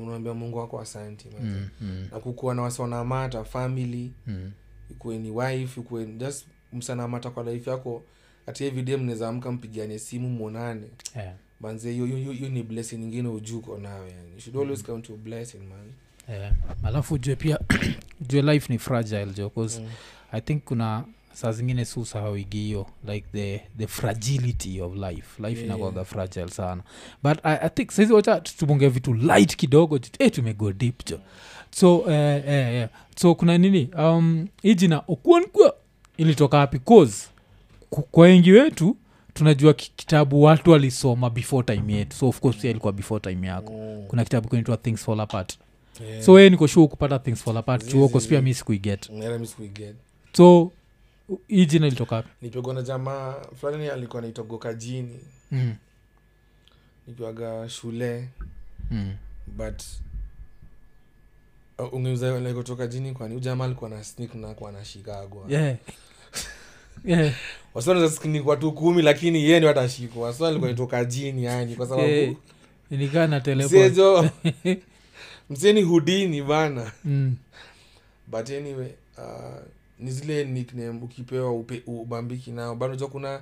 Speaker 1: unaambia mungu wako asanti manze.
Speaker 3: Mm.
Speaker 2: Mhm. Mhm.
Speaker 1: na kukuwa na wasionamata family
Speaker 2: Mhm.
Speaker 1: ikuwe ni wife ikuwe ni- just msanamata kwa life yako hati everyday mnaweza amka mpigiane simu mwonane
Speaker 2: Yeah.
Speaker 1: manze hiyo- hiyo hiyo- hiyo ni blessing ingine ujuko nayo yani you should always count your blessing man
Speaker 2: Eh, alafu ujue pia (clears throat) ujue life ni fragile jo bcause
Speaker 1: Mm.
Speaker 2: i think kuna saa zingine si usahawigi hiyo like the, the fragility of life life
Speaker 1: Yeah.
Speaker 2: inakwaga fragile sana but i, I think saizi wacha tubonge vitu light kidogo eh, tumego deep jo so eh, eh, eh. so kuna nini um, hii jina okuankwa ilitoka wapi cause ku- kwa wengi wetu tunajua ki- kitabu watu walisoma before time yetu so of course pia ilikuwa before time yako kuna kitabu kinaitwa things fall apart
Speaker 1: Yeah.
Speaker 2: so wee niko sure kupata things fall apart chuo
Speaker 1: Zizi.
Speaker 2: cause pia mi sikuiget
Speaker 1: Hela mi sikuiget
Speaker 2: so u- hii jina ilitoka wapi?
Speaker 1: nipigwa na jamaa fulani alikuwa naitwa gokajini
Speaker 2: mm.
Speaker 1: nikiwaga shule
Speaker 2: mm.
Speaker 1: but uh, ungeuza like kutoka jini kwani huyu jamaa alikuwa na snik na alikuwa anashikagwa
Speaker 2: yeah. (laughs) yeah.
Speaker 1: wasiwanazaskinikwa tu kumi lakini yeye ndio atashikwa so alikuwa nitoka jini yani kwa sababu
Speaker 2: Eh, nikaa na teleport.
Speaker 1: msejo mseni hudini bana
Speaker 2: Mm.
Speaker 1: but anyway uh, ni zile nickname ukipewa upe, ubambiki nao bado ja kuna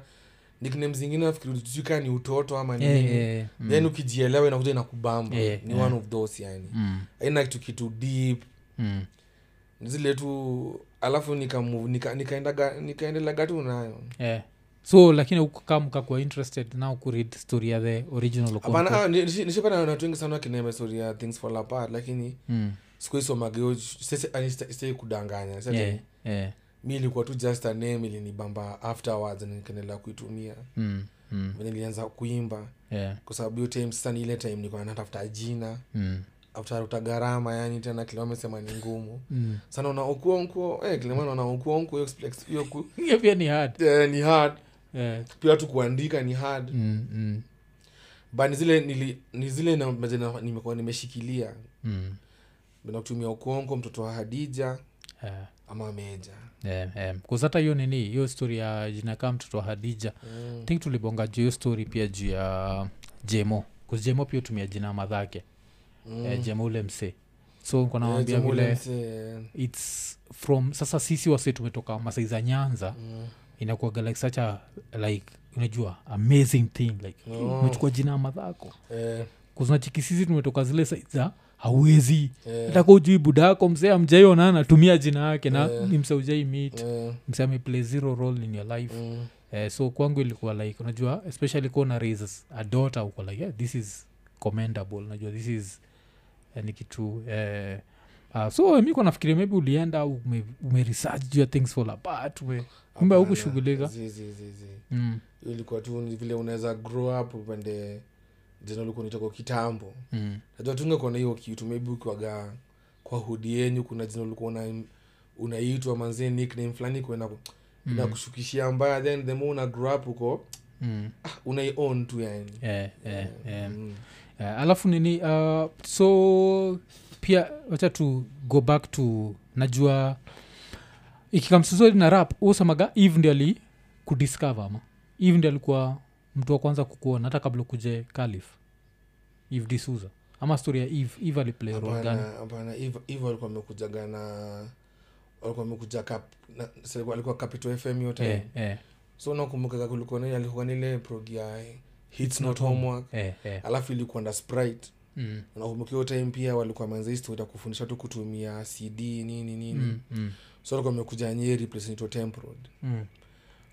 Speaker 1: nickname zingine nafikiri ulijuka ni utoto ama nini
Speaker 2: Eh, eh, mm.
Speaker 1: then ukijielewa inakuja inakubamba
Speaker 2: Eh,
Speaker 1: ni
Speaker 2: eh.
Speaker 1: one of those yani
Speaker 2: Mm.
Speaker 1: aina kitu kitu deep
Speaker 2: Mm.
Speaker 1: Ni zile tu alafu nikamu- nika- nikaendaga nikaendelaga tu nayo
Speaker 2: Yeah. so lakini ukamukakuwa interested now kuread story ya the original Okonkwo.
Speaker 1: hapana ah, nishi- nishapata na watu wengi sana wakinema story ya things fall ah, apart lakini
Speaker 2: Mm.
Speaker 1: sikuisomagestei ah, kudanganya Sasa
Speaker 2: yeah, yeah.
Speaker 1: mi ilikuwa tu just a name ilinibamba afterwards na nikaendelea kuitumia
Speaker 2: Mm, mm,
Speaker 1: venye nilianza kuimba
Speaker 2: yeah, (laughs)
Speaker 1: kwa sababu hiyo time sasa ni ile time nilikuwa natafuta jina
Speaker 2: mm,
Speaker 1: aftaruta gharama yani tena kilomesema ni ngumu
Speaker 2: mm.
Speaker 1: sana unaokua nkuo eh, kilimana unaokua nkuo hiyo expect- hiyo ku-
Speaker 2: hiyo pia ni hard
Speaker 1: eh, ni hard
Speaker 2: yeah.
Speaker 1: pia tu kuandika ni hard
Speaker 2: mm, mm,
Speaker 1: but ni zile nili- ni zile na- na- nimekuwa nimeshikilia
Speaker 2: mm.
Speaker 1: nakutumia ukongo mtoto wa hadija
Speaker 2: Yeah,
Speaker 1: ama meja
Speaker 2: yeah, yeah. Eh, 'Cause hata hiyo nini hiyo story ya jina kaa mtoto wa hadija
Speaker 1: mm.
Speaker 2: think tulibonga juu hiyo story pia juu ya jemo kujemo pia hutumia jina madhake mm. eh, jemo ule msee so nikuwa
Speaker 1: Eh,
Speaker 2: nawambia
Speaker 1: Jamhuri ya
Speaker 2: vile
Speaker 1: Mzee,
Speaker 2: its from sasa sisi wase tumetoka masai za nyanza
Speaker 1: mm.
Speaker 2: inakuaga like such a like unajua amazing thing like
Speaker 1: Oh.
Speaker 2: umechukua jina ya madhako
Speaker 1: Eh,
Speaker 2: kuzunachiki sisi tumetoka zile sai za hauwezi
Speaker 1: eh,
Speaker 2: nataka ujui budako mzee amjaionana tumia jina yake na
Speaker 1: Eh.
Speaker 2: ni msee ujai meet
Speaker 1: eh,
Speaker 2: msee ameplay zero role in your life
Speaker 1: mm.
Speaker 2: eh, so kwangu ilikuwa like unajua especially kuwa na raise a daughter uko like yeah, this is commendable unajua this is eh, ni kitu eh, uh, so mi kwa nafikiria maybe ulienda ume, ume research juu ya things fall apart ume,
Speaker 1: Hapana,
Speaker 2: kumbe haukushughulika.
Speaker 1: zi- zi- zi- zi.
Speaker 2: mm,
Speaker 1: Hiyo ilikuwa tu ni vile unaweza grow up upende jina ulikuwa nitoko kitambo
Speaker 2: mm,
Speaker 1: najua tungekuona hiyo kitu maybe ukiwaga kwa hudi yenyu kuna jina ulikuwa una unaitwa manzie nickname fulani kuena
Speaker 2: Mm.
Speaker 1: inakushukishia mbaya then the more una grow up uko
Speaker 2: mm,
Speaker 1: ah, unaion tu yani
Speaker 2: eh, eh, eh.
Speaker 1: Mm.
Speaker 2: Eh, alafu nini uh, so pia wacha tu go back to najua ikikamsuzori na rap usamaga eve ndi ali kudiscover ama eve ndi alikuwa mtu wa kwanza kukuona hata kabla kuje kalif eve disuza ama story ya eve eve aliplay role
Speaker 1: Hapana,
Speaker 2: gani
Speaker 1: hapana hivo alikuwa amekujaga na walikuwa amekuja kap- na- si alikuwa- alikuwa capital fm yote
Speaker 2: eh, eh,
Speaker 1: so nakumbukaga kulikuwa nini alikuwa nile prog ya hits not
Speaker 2: Not Homework.
Speaker 1: homework
Speaker 2: eh, eh.
Speaker 1: alafu ilikuwa na sprite
Speaker 2: Mm,
Speaker 1: nakumbuka hiyo time pia walikuwa ameanza historia kufundisha tu kutumia cd nini nini
Speaker 2: mm, mm,
Speaker 1: so alikuwa amekuja nyeri place inaitwa Temple Road.
Speaker 2: mm.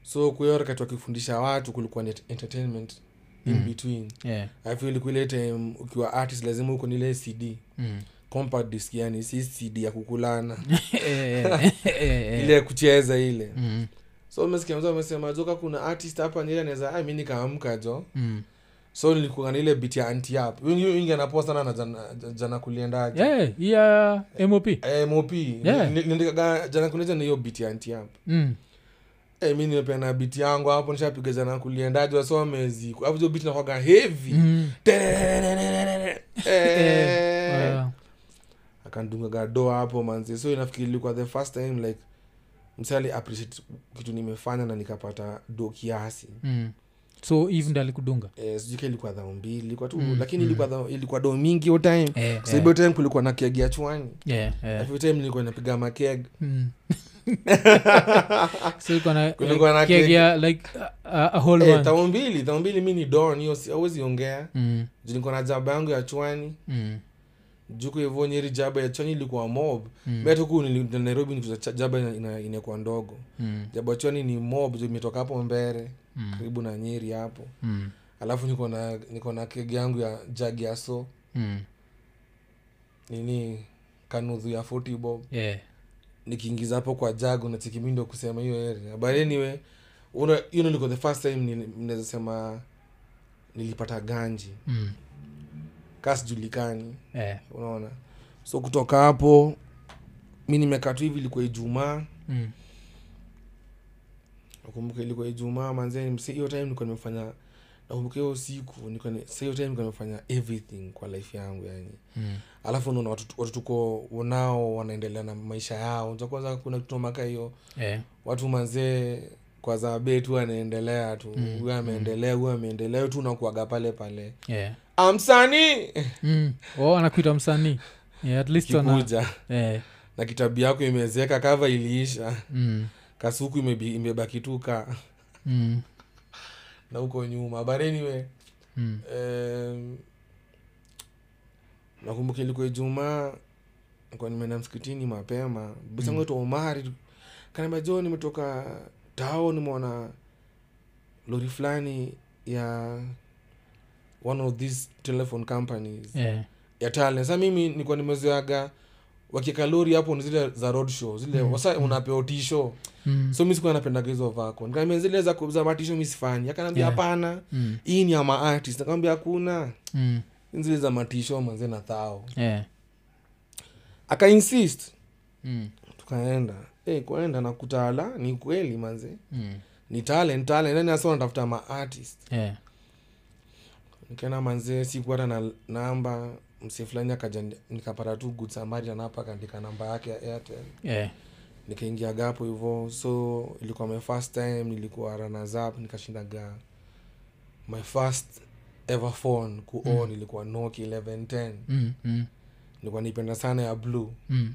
Speaker 1: so kwa hiyo wakati wakifundisha watu kulikuwa ni entertainment in
Speaker 2: Mm.
Speaker 1: between
Speaker 2: Eh,
Speaker 1: alafu ilikuwa ile time ukiwa artist lazima uko nile cd
Speaker 2: mm. (laughs)
Speaker 1: compact disc yani si cd ya kukulana
Speaker 2: Eh, eh, eh, eh.
Speaker 1: ile ya kucheza ile
Speaker 2: Mm,
Speaker 1: so umesikia mzee amesema joka kuna artist hapa nyeri anaweza ah, mi nikaamka jo
Speaker 2: mm.
Speaker 1: so nilikuwa na ile bit ya anti yap wingi wingi anapoa sana na jana, jana kuliendaje
Speaker 2: Eh, ya mop
Speaker 1: Eh, mop
Speaker 2: Yeah.
Speaker 1: nindikaga jana kuliendaje ni hiyo bit ya anti yap
Speaker 2: Mm,
Speaker 1: Eh, mi nimepeana bit yangu hapo nishapiga jana kuliendaje wasomezi alafu hiyo bit nakwaga heavy
Speaker 2: mm.
Speaker 1: Tererererererer.
Speaker 2: (laughs)
Speaker 1: Eh.
Speaker 2: Eh,
Speaker 1: akandungaga do hapo manzi so inafikiri ilikuwa the first time like msali appreciate kitu nimefanya na nikapata do kiasi
Speaker 2: mm. so eve ndi alikudunga
Speaker 1: eh, sijuka ilikuwa dhao mbili ilikuwa tu
Speaker 2: Mm,
Speaker 1: lakini
Speaker 2: mm.
Speaker 1: ilikuwa dhao, ilikuwa do mingi hiyo time
Speaker 2: Eh,
Speaker 1: so hiyo time kulikuwa na keg ya chwani
Speaker 2: eh, eh,
Speaker 1: hiyo time nilikuwa napiga makeg (laughs)
Speaker 2: mm. So ilikuwa na-
Speaker 1: Kulikuwa na
Speaker 2: keg
Speaker 1: keg.
Speaker 2: ya, like a- a- a whole
Speaker 1: eh,
Speaker 2: one.
Speaker 1: dhao mbili dhao mbili mi ni don hiyo si- hawezi ongea
Speaker 2: Mm,
Speaker 1: juu nilikuwa na jaba yangu ya chwani
Speaker 2: mm,
Speaker 1: juku hivyo nyeri jaba ya chwani ilikuwa mob
Speaker 2: mm,
Speaker 1: mm. tuku nairobi nikuza cha- jaba ina- ina- inakuwa ndogo
Speaker 2: mm,
Speaker 1: jaba ya chwani ni mob juu imetoka hapo mbere
Speaker 2: mm,
Speaker 1: karibu na nyeri hapo
Speaker 2: mm,
Speaker 1: alafu niko na niko na keg yangu ya jagi ya so
Speaker 2: mm.
Speaker 1: nini kanudhu ya 40 bob
Speaker 2: Yeah.
Speaker 1: nikiingiza hapo kwa jago na chiki mi ndio kusema hiyo area but anyway una- hiyo ndio ilikuwa the first time ni- naweza sema nilipata ganji
Speaker 2: Mm,
Speaker 1: kaa sijulikani
Speaker 2: eh,
Speaker 1: unaona so kutoka hapo mi nimekaa tu hivi ilikuwa ijumaa
Speaker 2: mm,
Speaker 1: nakumbuka ilikuwa ijumaa manzee msi- hiyo time nilikuwa nimefanya nakumbuka hiyo usiku nilikuwa ni- sa hiyo time nilikuwa nimefanya everything kwa life yangu yani
Speaker 2: mm,
Speaker 1: alafu unaona watu watu tuko nao wanaendelea na maisha yao Unajua kwanza kuna kitu maka hiyo
Speaker 2: eh,
Speaker 1: watu manzee kwa zabe tu anaendelea tu
Speaker 2: Mm,
Speaker 1: huyu ameendelea huyu ameendelea Wewe tu unakuaga pale pale
Speaker 2: yeah.
Speaker 1: amsani
Speaker 2: Mm. Oh, anakuita msanii yeah, at least wana,
Speaker 1: kikuja
Speaker 2: eh,
Speaker 1: na kitabu yako imezeeka kava iliisha
Speaker 2: mm,
Speaker 1: kasuku imebi- imebaki tu ka
Speaker 2: mm,
Speaker 1: (laughs) na huko nyuma bareniwe
Speaker 2: mm,
Speaker 1: um, nakumbuka ilikuwa ijumaa nikuwa nimeenda msikitini mapema bisangu mm. omari kanaambia jo nimetoka tao nimeona lori fulani ya one of these telephone companies
Speaker 2: eh,
Speaker 1: ya tale sa mimi nikuwa nimezoaga wakieka lori hapo ni zile za road show zile mm. wasa unapewa tisho
Speaker 2: Mm.
Speaker 1: so mi siku napendaga hizo vako nikaambia zile za, ku- za matisho mi sifanyi akanaambia
Speaker 2: Yeah.
Speaker 1: hapana
Speaker 2: Mm.
Speaker 1: hii ni ama artist nakwambia hakuna
Speaker 2: Mm.
Speaker 1: zile za matisho manze na thao
Speaker 2: Yeah.
Speaker 1: aka insist
Speaker 2: Mm.
Speaker 1: tukaenda hey, kuenda nakutala ni kweli manze
Speaker 2: Mm.
Speaker 1: ni talent talent yani hasa wanatafuta ma artist
Speaker 2: Yeah.
Speaker 1: nikaenda manzee sikuata na namba mse fulani akaja ni- nikapata tu good samari anapa akaandika namba yake ya airtel
Speaker 2: Yeah.
Speaker 1: nikaingia gapo hivo so ilikuwa my first time nilikuwa runners up nikashindaga my first ever phone kuon mm. ilikuwa noki 1110
Speaker 2: Mm. Mm.
Speaker 1: nilikuwa nipenda sana ya blue
Speaker 2: Mm.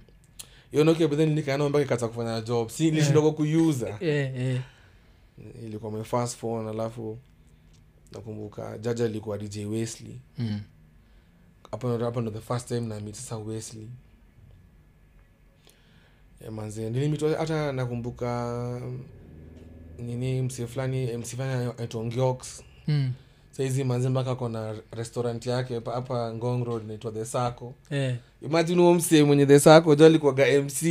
Speaker 1: hiyo noki but then nikaona mpaka ikata kufanya job si nilishindwa kuiuza
Speaker 2: Yeah. Yeah.
Speaker 1: ilikuwa my first phone alafu nakumbuka jaja ilikuwa dj wesley
Speaker 2: Mm.
Speaker 1: hapo ndo- hapo ndo the first time na meet sasa wesley Eh, manze nilimit hata nakumbuka nini msee fulani msee fulani aitwa ngiox
Speaker 2: Mm.
Speaker 1: saizi manze mpaka kona restaurant yake pa- hapa ngong road inaitwa the sako
Speaker 2: Yeah.
Speaker 1: imagine huo msee mwenye the sako jo alikuwaga mc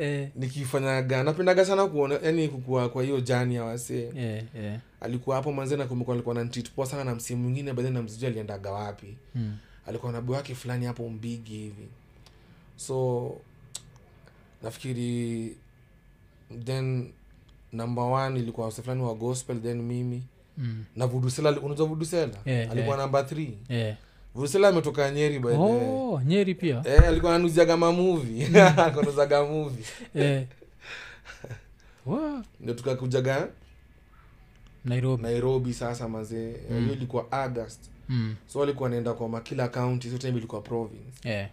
Speaker 2: Yeah.
Speaker 1: nikifanyaga napendaga sana kuona yani kukua kwa hiyo jani ya wasee
Speaker 2: Yeah. Yeah.
Speaker 1: alikuwa hapo manze nakumbuka alikuwa nantit poa sana na msee mwingine baadhi na msijua aliendaga wapi
Speaker 2: Mm.
Speaker 1: alikuwa na boy wake fulani hapo mbigi hivi so nafikiri then number one ilikuwa wase fulani wa gospel then mimi
Speaker 2: Mm.
Speaker 1: na vudusela unajua vudusela
Speaker 2: Yeah,
Speaker 1: alikuwa
Speaker 2: yeah.
Speaker 1: namba th
Speaker 2: Yeah.
Speaker 1: vudusela ametoka nyeri by the way.
Speaker 2: Eh. Oh, nyeri pia
Speaker 1: Eh, alikuwa anuziaga (laughs) mamuvi akonuzaga muvi
Speaker 2: Eh. Wa,
Speaker 1: ndo tukakujaga
Speaker 2: nairobi
Speaker 1: nairobi sasa mazee hiyo ilikuwa august
Speaker 2: Mm.
Speaker 1: so alikuwa anaenda kwa makila county so time ilikuwa province
Speaker 2: Yeah.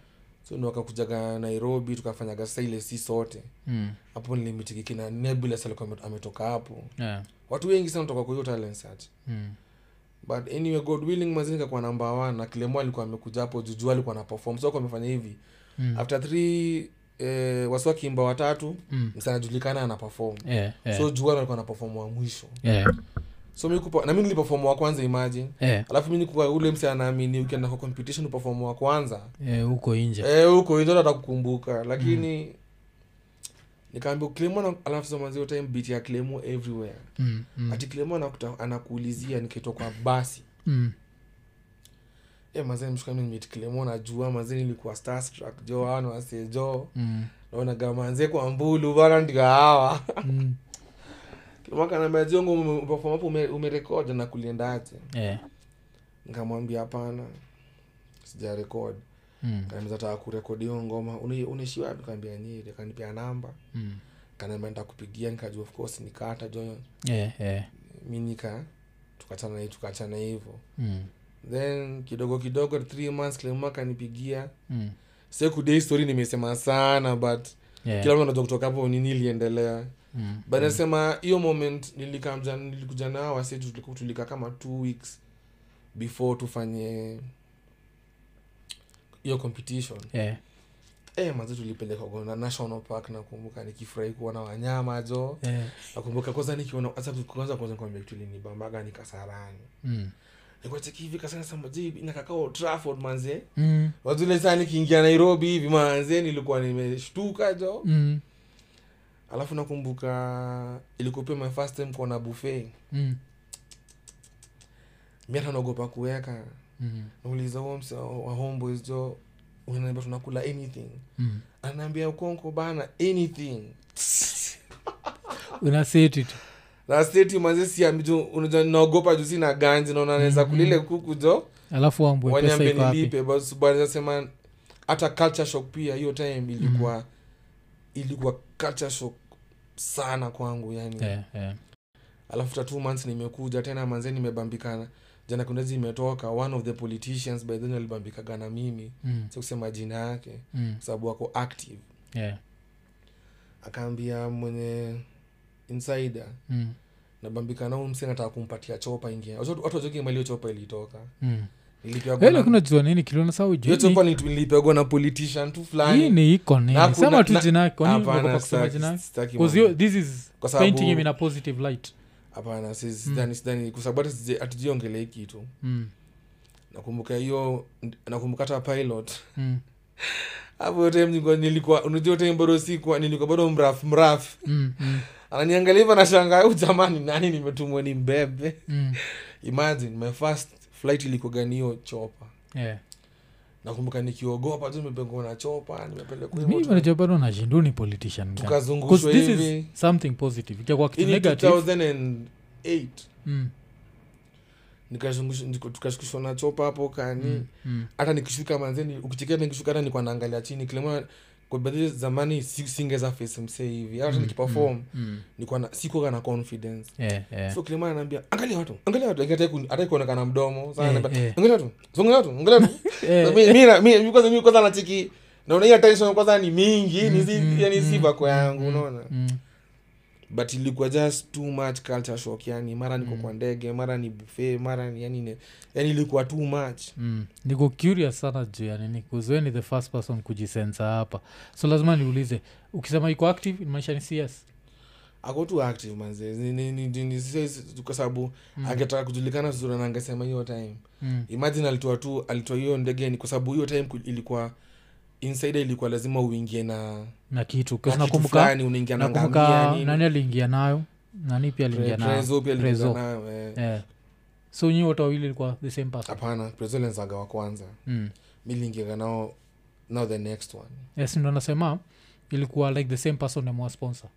Speaker 1: so ndo wakakujaga nairobi tukafanyaga sasa ile si sote
Speaker 2: Mm.
Speaker 1: hapo nilimitiki kina nebulas alikuwa ame- ametoka hapo
Speaker 2: Yeah.
Speaker 1: watu wengi sana toka kwa hiyo talent search
Speaker 2: Mm.
Speaker 1: but anyway god willing mazini kakuwa namba one na kilemo alikuwa amekuja hapo juju alikuwa na perform so alikuwa amefanya hivi
Speaker 2: Mm.
Speaker 1: after three eh, wasi wakiimba watatu
Speaker 2: Mm.
Speaker 1: msana julikana ana perform
Speaker 2: Yeah. Yeah.
Speaker 1: so jua alikuwa na perform wa mwisho
Speaker 2: Yeah.
Speaker 1: so mi kupa, na mi niliperform wa kwanza imagine
Speaker 2: Yeah.
Speaker 1: alafu mi nikuwa ule mse anaamini ukienda kwa competition uperform wa kwanza
Speaker 2: Eh, huko nje
Speaker 1: Eh, huko hizo hata kukumbuka lakini mm. nikaambia klemo na- alafu sema zio time beat ya klemo everywhere
Speaker 2: Mm, mm,
Speaker 1: ati klemo anakuta- anakuulizia nikaitwa kwa basi
Speaker 2: mm.
Speaker 1: e mazee mshuka mimi nimit klemo najua mazee nilikuwa starstruck jo hawa ni wasee jo
Speaker 2: Mm,
Speaker 1: naonaga manze kwa mbulu bana ndio hawa (laughs)
Speaker 2: mm.
Speaker 1: klemo kanaambia ziongo perform hapo ume- umerekodi na kuliendaje
Speaker 2: Eh,
Speaker 1: nikamwambia hapana sijarekodi
Speaker 2: mm,
Speaker 1: kaniambia nataka kurekodi hiyo ngoma "Unai- unaishi wapi kaambia nyeri akanipea namba
Speaker 2: mm.
Speaker 1: kanaambia nitakupigia nikajua of course nikata jo
Speaker 2: Eh, eh,
Speaker 1: mi nika tukachana hi- tukachana hivyo
Speaker 2: mm,
Speaker 1: then kidogo kidogo three months klema kanipigia
Speaker 2: mm.
Speaker 1: sekudei story nimesema sana but
Speaker 2: Eh,
Speaker 1: kila mtu anajua kutoka hapo nini iliendelea
Speaker 2: mm,
Speaker 1: but nasema hiyo moment nilikamja nilikuja nao wase tuliku- tulikaa kama two weeks before tufanye hiyo competition
Speaker 2: eh,
Speaker 1: eh mazi tulipelekwa gona national park nakumbuka nikifurahi kuona wanyama jo
Speaker 2: eh,
Speaker 1: nakumbuka kwanza nikiona hata kwanza kwanza kwambia kitu ilinibambaga nikasarani
Speaker 2: mm,
Speaker 1: nilikuwa cheki hivi kasana sema je inakaka Old Trafford manze
Speaker 2: mm,
Speaker 1: wazule saa nikiingia Nairobi hivi manze nilikuwa nimeshtuka jo
Speaker 2: mm,
Speaker 1: alafu nakumbuka ilikuwa pia my first time kuona buffet
Speaker 2: mm,
Speaker 1: mimi hata naogopa kuweka
Speaker 2: mm,
Speaker 1: nauliza huo msa wa homeboys jo unaniambia tunakula anything
Speaker 2: mm.
Speaker 1: ananiambia ukonko bana anything
Speaker 2: Una set it.
Speaker 1: na state manze siamju unajua naogopa juu sina ganji naona naweza kulile kuku jo
Speaker 2: alafu ambwe pesa
Speaker 1: waniambie
Speaker 2: iko wapi?
Speaker 1: nilipe bas- but nasema hata culture shock pia hiyo time ilikuwa mm.
Speaker 2: Mm-hmm.
Speaker 1: ilikuwa culture shock sana kwangu yani
Speaker 2: Eh, eh,
Speaker 1: alafu ta two months nimekuja tena manze nimebambikana jana kundazi imetoka one of the politicians by then alibambikaga na mimi
Speaker 2: mm,
Speaker 1: si kusema jina yake
Speaker 2: mm,
Speaker 1: kwa sababu wako active
Speaker 2: eh,
Speaker 1: akaambia mwenye insider
Speaker 2: mm,
Speaker 1: nabambika nao msi nataka kumpatia chopa ingia watu wajoki malio chopa ilitoka
Speaker 2: mm.
Speaker 1: nilipigwa
Speaker 2: Eh,
Speaker 1: na-
Speaker 2: lakini unajua nini kiliona sawa
Speaker 1: hiyo chopa
Speaker 2: hii
Speaker 1: ni- nilipigwa na politician tu fulani
Speaker 2: ni iko nini
Speaker 1: Na kuna-
Speaker 2: sema tu
Speaker 1: na-
Speaker 2: jina yake. Kwa nini
Speaker 1: Hapana,
Speaker 2: unaogopa kusema
Speaker 1: sitaki-
Speaker 2: jina yake?
Speaker 1: sitaki
Speaker 2: 'Cause
Speaker 1: mambo.
Speaker 2: you- this is
Speaker 1: Kwa sababu-
Speaker 2: painting him in a positive light
Speaker 1: hapana
Speaker 2: Hmm.
Speaker 1: si- sidhani- sidhani, kwa sababu hata sija- hatujaongelea hii kitu
Speaker 2: Mm,
Speaker 1: nakumbuka hiyo nakumbuka hata pilot (laughs)
Speaker 2: mm,
Speaker 1: hapo time nilikuwa- nilikuwa unajua time bado sikuwa nilikuwa bado mrafu mrafu
Speaker 2: Mm, mm,
Speaker 1: ananiangalia hivyo anashangaa u jamani nani nimetumwa ni mbebe (laughs)
Speaker 2: mm.
Speaker 1: imagine my first flight ilikuganiyo chopa
Speaker 2: Yeah.
Speaker 1: nakumbuka nikiogopa tu nimepengwa na chopa nimepelekwa hivyo
Speaker 2: mi
Speaker 1: tu.
Speaker 2: manaja bado nashindu ni politician mgani.
Speaker 1: Tukazungushwa
Speaker 2: 'Cause this is
Speaker 1: hivi.
Speaker 2: something positive ikiakuwa kitu
Speaker 1: Ili
Speaker 2: negative
Speaker 1: 2008
Speaker 2: mm,
Speaker 1: nikazungushwa- niko- tukashukishwa na chopa hapo kani
Speaker 2: mm, mm,
Speaker 1: hata nikishuka manzeni ukichekea hata nikishuka hata nikuwa naangalia chini kilemona kwa badhi zamani si- singeza face msee hivi hata
Speaker 2: mm,
Speaker 1: nikiperform
Speaker 2: mm, mm.
Speaker 1: nilikuwa na sikuwa na confidence
Speaker 2: Yeah, yeah.
Speaker 1: so kilemona anaambia angalia watu angalia watu Lakini hataki ku- hataki kuonekana mdomo sana
Speaker 2: Eh,
Speaker 1: ananiambia,
Speaker 2: eh.
Speaker 1: angalia watu so angalia watu angalia
Speaker 2: (laughs)
Speaker 1: watu
Speaker 2: Eh,
Speaker 1: So, mi- mi na- mi- mi kwanza mi kwanza nachiki naona hiyo attention kwanza ni mingi ni si-
Speaker 2: Mm, mm,
Speaker 1: yani si
Speaker 2: mm,
Speaker 1: vako yangu
Speaker 2: mm,
Speaker 1: unaona
Speaker 2: mm,
Speaker 1: but ilikuwa just too much culture shock yani mara niko
Speaker 2: Mm.
Speaker 1: kwa ndege mara ni buffet mara ni yani ne- yani ilikuwa too much
Speaker 2: mm. niko curious sana juu ya nini kuzoe ni the first person kujisensa hapa so lazima niulize ukisema iko active inamaanisha ni cs
Speaker 1: ako tu active manze Ni- ni- ni- ni- ni- si- si- kwa sababu angetaka kujulikana vizuri na angesema hiyo time
Speaker 2: mm.
Speaker 1: imagine alitoa tu alitoa hiyo ndegeni kwa sababu hiyo time ku- ilikuwa inside ilikuwa lazima uingie na
Speaker 2: na kitu
Speaker 1: na
Speaker 2: Because
Speaker 1: kitu
Speaker 2: nakumbuka
Speaker 1: fulani unaingia na
Speaker 2: nakumbuka
Speaker 1: ngamia
Speaker 2: nani aliingia nayo nani pia aliingia nayo
Speaker 1: niniprezo pia aliingia
Speaker 2: Prezo.
Speaker 1: nayo eh.
Speaker 2: yeah. so nyi wote wawili ilikuwa the same person
Speaker 1: hapana prezo lenzaga wa kwanza
Speaker 2: mm.
Speaker 1: mi liingiaga nao now the next one
Speaker 2: yes ndo nasema ilikuwa like the same person amewa sponsor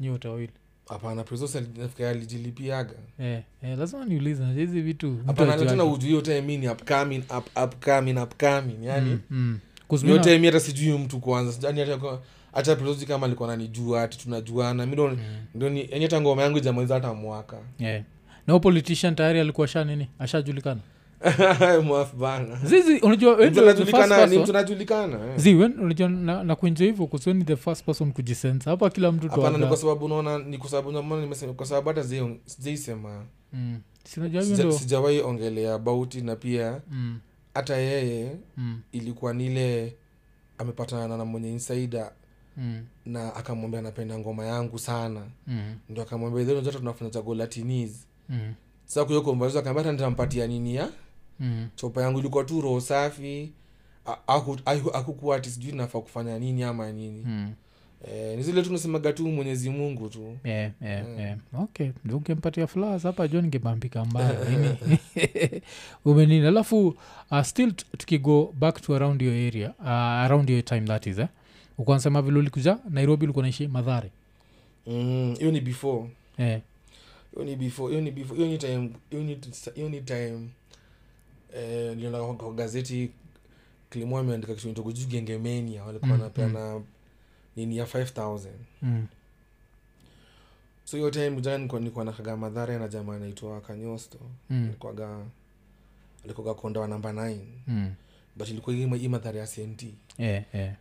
Speaker 2: nyi wote wawili
Speaker 1: hapana prezo si ali- nafikiri alijilipiaga
Speaker 2: eh, eh, lazima niulize na hizi vitu mtu
Speaker 1: hapana
Speaker 2: hajuagi.
Speaker 1: tena uju hiyo time mi ni upcoming up, upcoming upcoming yani
Speaker 2: mm, mm. 'Cause mi na-
Speaker 1: yote mi hata sijui huyu mtu kwanza Sijui- yaani hata kwa- hata Pelosi kama alikuwa ananijua ati tunajuana mi ndo-
Speaker 2: Mm.
Speaker 1: ndo ni- yaani hata ngoma yangu jamaliza hata mwaka (laughs)
Speaker 2: yeah. na huyo politician tayari alikuwa sha nini ashajulikana
Speaker 1: Mwafu bana
Speaker 2: zizi unajua when
Speaker 1: Mtu
Speaker 2: you're the first
Speaker 1: anajulikana ni mtu
Speaker 2: person-
Speaker 1: anajulikana eh.
Speaker 2: Zii, when- unajua na- nakuenjoy hivyo kusoni the first person kujisensa hapa kila mtu
Speaker 1: hapana ni
Speaker 2: tuwaga-
Speaker 1: kwa sababu unaona ni kwa sababu ndio maana nimesema kwa sababu hata sijai- sijaisema
Speaker 2: Mm. Si unajua hiyo
Speaker 1: Sija-
Speaker 2: ndo-
Speaker 1: sijawahi ongelea bauti na pia
Speaker 2: Mm,
Speaker 1: hata yeye
Speaker 2: mm,
Speaker 1: ilikuwa ni ile amepatana na mwenye insider
Speaker 2: mm,
Speaker 1: na akamwambia anapenda ngoma yangu sana
Speaker 2: mm,
Speaker 1: ndio akamwambia "Then unajua hata tunafanya chaguo la tinis
Speaker 2: mm,
Speaker 1: sasa kuyo konvazo akaambia hata nitampatia nini ya
Speaker 2: mm,
Speaker 1: chopa yangu ilikuwa tu roho safi A- aku- aku- akukuwa ati sijui nafaa kufanya nini ama nini
Speaker 2: mm.
Speaker 1: e, ni zile tu nasemaga tu mwenyezi mungu tu
Speaker 2: Yeah, yeah,
Speaker 1: Mm.
Speaker 2: yeah. okay Ndio ungempatia flowers hapa jo ningebambika mbaya Lakini- umenini alafu uh, still t- tukigo back to around your area uh, around your time that is eh? ukansema vile ulikuja nairobi ulikuwa naishi madhare
Speaker 1: Mm, hiyo ni before
Speaker 2: eh,
Speaker 1: hiyo ni before hiyo ni before hiyo ni time hiyo ni hiyo ni time eh, niliona kwa- kwa gazeti kilimo ameandika kitu inaitwa Guju gengemania walikuwa
Speaker 2: Mm,
Speaker 1: wanapeana nini ya 5000
Speaker 2: mm,
Speaker 1: so hiyo time jana nilikuwa- nilikuwa nakaga madhara na jamaa anaitwa kanyosto
Speaker 2: mm,
Speaker 1: alikuwaga alikuwaga konda wa namba 9
Speaker 2: mm.
Speaker 1: but ilikuwa hii ma- hii madhara ya cnt
Speaker 2: Eh, eh.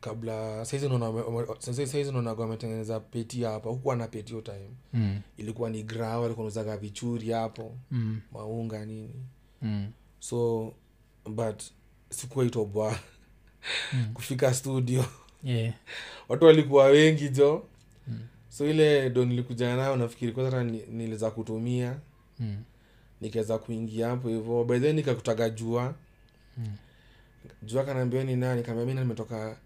Speaker 1: kabla saizi naona wame- wame- saizi- saizi naonaga wametengeneza peti hapa huku ana peti hiyo time
Speaker 2: Mm,
Speaker 1: ilikuwa ni grao alikuwa nauzaga vichuri hapo
Speaker 2: mm,
Speaker 1: maunga nini
Speaker 2: mm,
Speaker 1: so but sikuwaitobwa
Speaker 2: mm.
Speaker 1: (laughs) kufika studio
Speaker 2: Yeah.
Speaker 1: watu walikuwa wengi jo
Speaker 2: Mm.
Speaker 1: so ile do nilikuja nayo nafikiri kwanza hata ni- niliweza kutumia
Speaker 2: Mm,
Speaker 1: nikaweza kuingia hapo hivo bahe nikakutaga jua
Speaker 2: Mm.
Speaker 1: jua kanaambia ni nani kaambia mi na nimetoka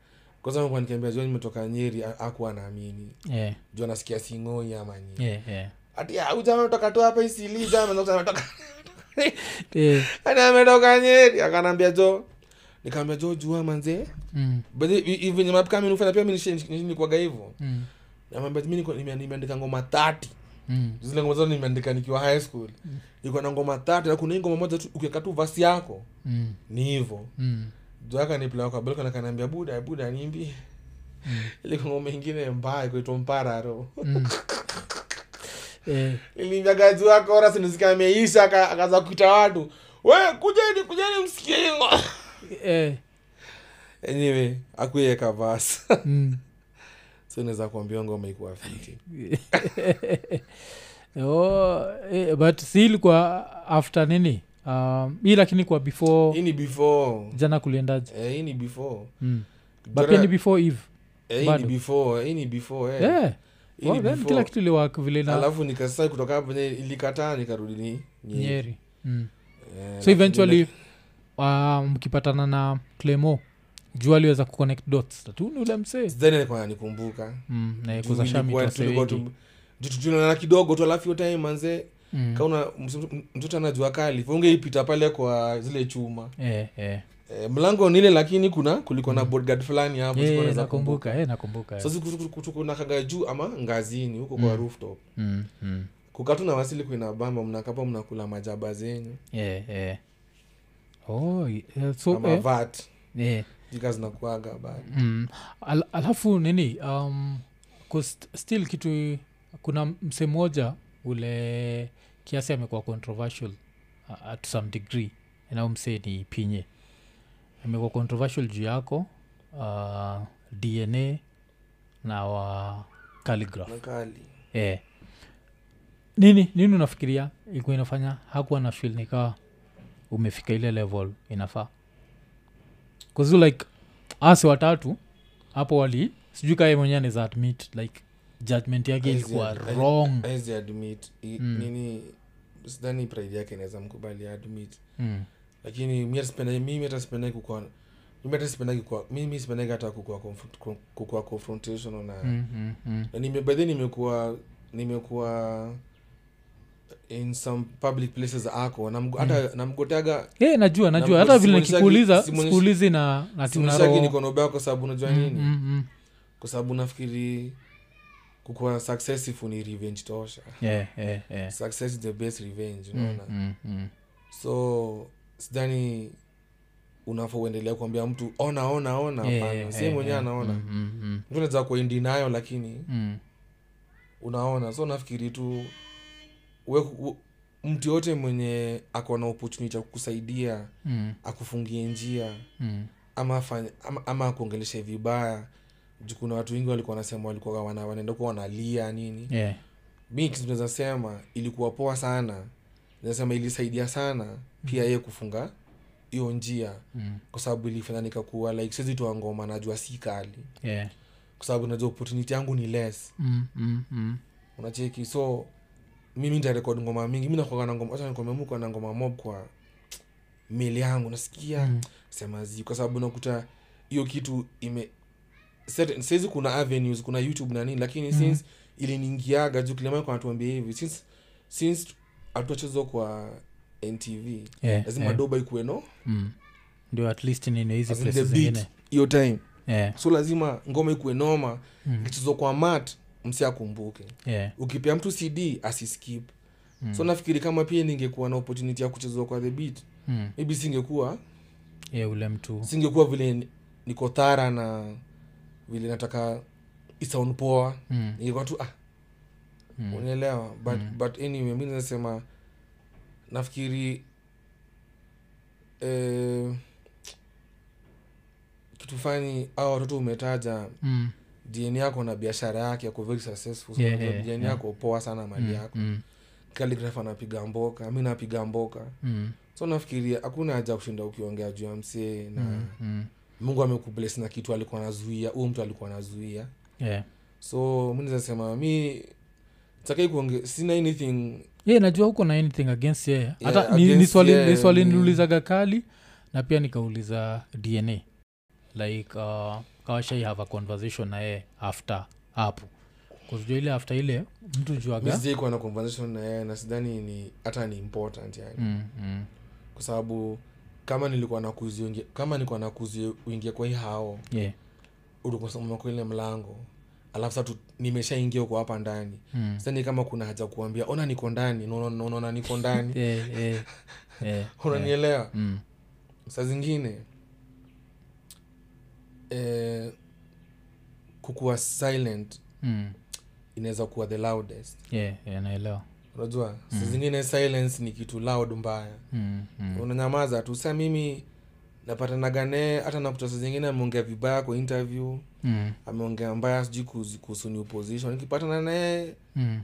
Speaker 1: kwanza alikuwa nikiambia jua nimetoka nyeri a- hakuwa naamini
Speaker 2: yeah,
Speaker 1: jua nasikia singoi ama nini
Speaker 2: yeah, yeah.
Speaker 1: ati "Ah, huyu jamaa ametoka tu hapa isili jamaa anaanza kusema ametoka (laughs)
Speaker 2: Eh,
Speaker 1: ati ametoka nyeri akanaambia jo nikaambia jo jua manze
Speaker 2: mm,
Speaker 1: venye mapkaminufanya pia minikwaga hivo
Speaker 2: mm,
Speaker 1: namwambia mi niko- nime- nimeandika ngoma tati
Speaker 2: mm.
Speaker 1: zile ngoma zao nimeandika nikiwa high school niko na ngoma tatu na kuna hii ngoma moja tu ukiweka tu vasi yako
Speaker 2: Mm,
Speaker 1: ni hivo
Speaker 2: mm,
Speaker 1: juaka niplakabelkanakanaambia buda buda nimbi
Speaker 2: Hmm.
Speaker 1: iliko ngoma ingine mbaya kuitwa mpararo (laughs)
Speaker 2: mm. Eh,
Speaker 1: nilimbiaga juaka orasiniskameisha akaza kuita watu we kujeni kujeni msikingo
Speaker 2: eh,
Speaker 1: enyewe akuiweka vas
Speaker 2: mm.
Speaker 1: (laughs) so naweza kuambia ngoma ikuwa fiti
Speaker 2: Oh, eh, but si ilikuwa after nini um, hii lakini kwa
Speaker 1: hii
Speaker 2: before
Speaker 1: ni before
Speaker 2: jana kuliendaje
Speaker 1: eh, hii ni before
Speaker 2: mm. but pia ni before eve
Speaker 1: Eh, hii ni
Speaker 2: bado.
Speaker 1: before hii ni before eh.
Speaker 2: yeah.
Speaker 1: Hii ni
Speaker 2: well, then
Speaker 1: before.
Speaker 2: kila kitu iliwak vile na
Speaker 1: alafu nikasa kutoka hapo venye ilikataa nikarudi ni ni-
Speaker 2: nyeri mm.
Speaker 1: eh,
Speaker 2: so
Speaker 1: alafu
Speaker 2: eventually
Speaker 1: nile-
Speaker 2: uh, mkipatana na clemo juu aliweza kuconnect dots tu ni ule msee
Speaker 1: zdanekana nikumbuka
Speaker 2: mm, na
Speaker 1: Juu nilikuwa-
Speaker 2: kuza
Speaker 1: tulikuwa
Speaker 2: shamituasewingi
Speaker 1: tu- juu tu- tunaonana kidogo tu alafu hiyo time manze
Speaker 2: Mm.
Speaker 1: kauna mtoto anajua kali fungeipita pale kwa zile chuma
Speaker 2: Eh,
Speaker 1: e, mlango ni ile lakini kuna kulikuwa na bodyguard fulani hapo sikuwa naweza kumbuka.
Speaker 2: Mm. nakumbuka eh, nakumbuka eh.
Speaker 1: Sasa siku- siku- tuko na kaga juu ama ngazini huko kwa rooftop
Speaker 2: Mm, mm.
Speaker 1: kukatu na wasili kuina bamba mnakapa mnakula majaba zenyu
Speaker 2: Eh, eh. Oh, eh, so,
Speaker 1: ama
Speaker 2: eh,
Speaker 1: vat
Speaker 2: eh.
Speaker 1: jika zinakuaga bado
Speaker 2: Mm. Al- alafu nini um, 'cause st- still kitu kuna mse moja ule kiasi amekuwa controversial uh, at some degree nao msee ni pinye amekuwa controversial juu yako uh, dna na wa calligraph
Speaker 1: na kali
Speaker 2: eh. nini nini unafikiria ilikuwa inafanya hakuwa na fil nikawa umefika ile level inafaa kazu like asi watatu hapo wali sijui kae mwenyewe anaweza admit like judgment yake
Speaker 1: Aezi-
Speaker 2: ilikuwa
Speaker 1: aezi-
Speaker 2: wrong
Speaker 1: aezi admit I-
Speaker 2: Mm.
Speaker 1: nini sidhani pride yake inaweza mkubali admit
Speaker 2: mm.
Speaker 1: lakini mi hata sipendagi- mimi hata sipendagi kukua mimi hata sipendagi kukua mimi sipendagi hata kukua confront- ku- kukua confrontational na
Speaker 2: Mm, mm, mm.
Speaker 1: na nime- by the way nimekuwa nimekuwa in some public places ako namg- hata
Speaker 2: Hmm.
Speaker 1: namgotaga
Speaker 2: Eh, najua najua
Speaker 1: Na-
Speaker 2: hata vile
Speaker 1: simuonyeshagi-
Speaker 2: nikikuuliza
Speaker 1: simuonyesh-
Speaker 2: sikuulizi na Hmm, Mm,
Speaker 1: simshaki
Speaker 2: natinaro
Speaker 1: nikonobea kwa sababu unajua nini kwa sababu nafikiri kukua successful ni revenge tosha
Speaker 2: Eh.
Speaker 1: success is the best revenge
Speaker 2: Hmm,
Speaker 1: unaona
Speaker 2: Mm,
Speaker 1: so sidhani unafaa uendelea kuambia mtu ona ona ona hapana si mwenyewe anaona
Speaker 2: mm, Mm-hmm.
Speaker 1: mtu anaweza kuendi nayo lakini unaona so nafikiri tu we, u, mtu yote mwenye ako na opportunity ya kukusaidia
Speaker 2: mm,
Speaker 1: akufungie njia ama, afanye- ama, ama akuongeleshe vibaya juu kuna watu wengi walikuwa wanasema walikuwa wana- wanaenda kuwa wanalia nini
Speaker 2: Eh,
Speaker 1: mi kitu naweza sema ilikuwa poa sana nasema ilisaidia sana pia yeye kufunga hiyo njia
Speaker 2: mm,
Speaker 1: kwa sababu ilifanya nikakuwa like siwezi toa ngoma najua si kali
Speaker 2: eh.
Speaker 1: kwa sababu najua opportunity yangu ni less
Speaker 2: Mm,
Speaker 1: unacheki so mimi ntarekod ngoma mingi mi nakuaga na ngoma wacha nikwambie, mi hukuwa na ngoma mob kwa mili yangu nasikia
Speaker 2: Mm.
Speaker 1: sema zi kwa sababu nakuta hiyo kitu ime certain- saizi kuna avenues kuna youtube na nini lakini
Speaker 2: Mm.
Speaker 1: since iliniingiaga juu kilemako anatuambia hivi since since hatutachezwa kwa ntv lazima doba ikuwe no
Speaker 2: Mm. ndio at least nini hizi
Speaker 1: as in the
Speaker 2: places
Speaker 1: beat
Speaker 2: zingine
Speaker 1: hiyo time
Speaker 2: yeah.
Speaker 1: so lazima ngoma ikuwe noma
Speaker 2: mm.
Speaker 1: ikichezwa kwa mat msi akumbuke
Speaker 2: yeah.
Speaker 1: ukipea mtu cd asiskip
Speaker 2: mm.
Speaker 1: so nafikiri kama pia ningekuwa na opportunity ya kuchezwa kwa the beat
Speaker 2: mm.
Speaker 1: maybe singekuwa
Speaker 2: yeah, ule mtu
Speaker 1: singekuwa vile ni- niko thara na vile nataka isound poa
Speaker 2: mm.
Speaker 1: ningekuwa tu ah,
Speaker 2: Mm.
Speaker 1: unaelewa but,
Speaker 2: Mm.
Speaker 1: but anyway mi nasema nafikiri eh, kitu fani au watoto umetaja
Speaker 2: Mm.
Speaker 1: dn yako na biashara yake yako very successful
Speaker 2: Yeah,
Speaker 1: Unajua
Speaker 2: yeah,
Speaker 1: dn
Speaker 2: yeah.
Speaker 1: yako poa sana mali
Speaker 2: Mm.
Speaker 1: yako
Speaker 2: Mm.
Speaker 1: Calligraph anapiga mboka mi napiga mboka
Speaker 2: Mm.
Speaker 1: so nafikiria hakuna haja ya kushinda ukiongea juu ya msee na
Speaker 2: Mm. Mm.
Speaker 1: mungu amekubles na kitu alikuwa anazuia huyu mtu alikuwa anazuia
Speaker 2: yeah.
Speaker 1: so mi nazasema mi takai kuongea sina anything
Speaker 2: yeah, najua huko na anything against yeye hata
Speaker 1: Yeah,
Speaker 2: ni, ni
Speaker 1: against
Speaker 2: swali,
Speaker 1: yeye
Speaker 2: ni swali
Speaker 1: ni-
Speaker 2: niliulizaga kali na pia nikauliza dna like uh, kawashai have a conversation na yeye after hapo kuzijua ile after ile mtu
Speaker 1: mi
Speaker 2: juaga
Speaker 1: sijaikuwa na conversation na yeye na sidhani ni hata ni important yani
Speaker 2: mm. Mm.
Speaker 1: kwa sababu kama nilikuwa nakuzi uingie- kama nilikuwa nakuzi uingie kwa hii hao
Speaker 2: yeah.
Speaker 1: ulikusoma kwa ile mlango alafu sasa tu- nimeshaingia huko hapa ndani
Speaker 2: mm.
Speaker 1: sidhani kama kuna haja kuambia ona niko ndani na unaona unaona niko ndani
Speaker 2: (laughs) yeah, yeah.
Speaker 1: (laughs)
Speaker 2: yeah. yeah.
Speaker 1: unanielewa
Speaker 2: mm.
Speaker 1: saa zingine eh, kukuwa silent
Speaker 2: mm.
Speaker 1: inaweza kuwa the loudest
Speaker 2: yeah, yeah, naelewa
Speaker 1: unajua saa zingine silence ni kitu loud mbaya
Speaker 2: mm. mm.
Speaker 1: unanyamaza tu saa mimi napatanaga naye hata nakuta saa zingine ameongea vibaya kwa interview
Speaker 2: mm.
Speaker 1: ameongea mbaya sijui kuhusu- kuhusu new position nikipatana naye
Speaker 2: mm.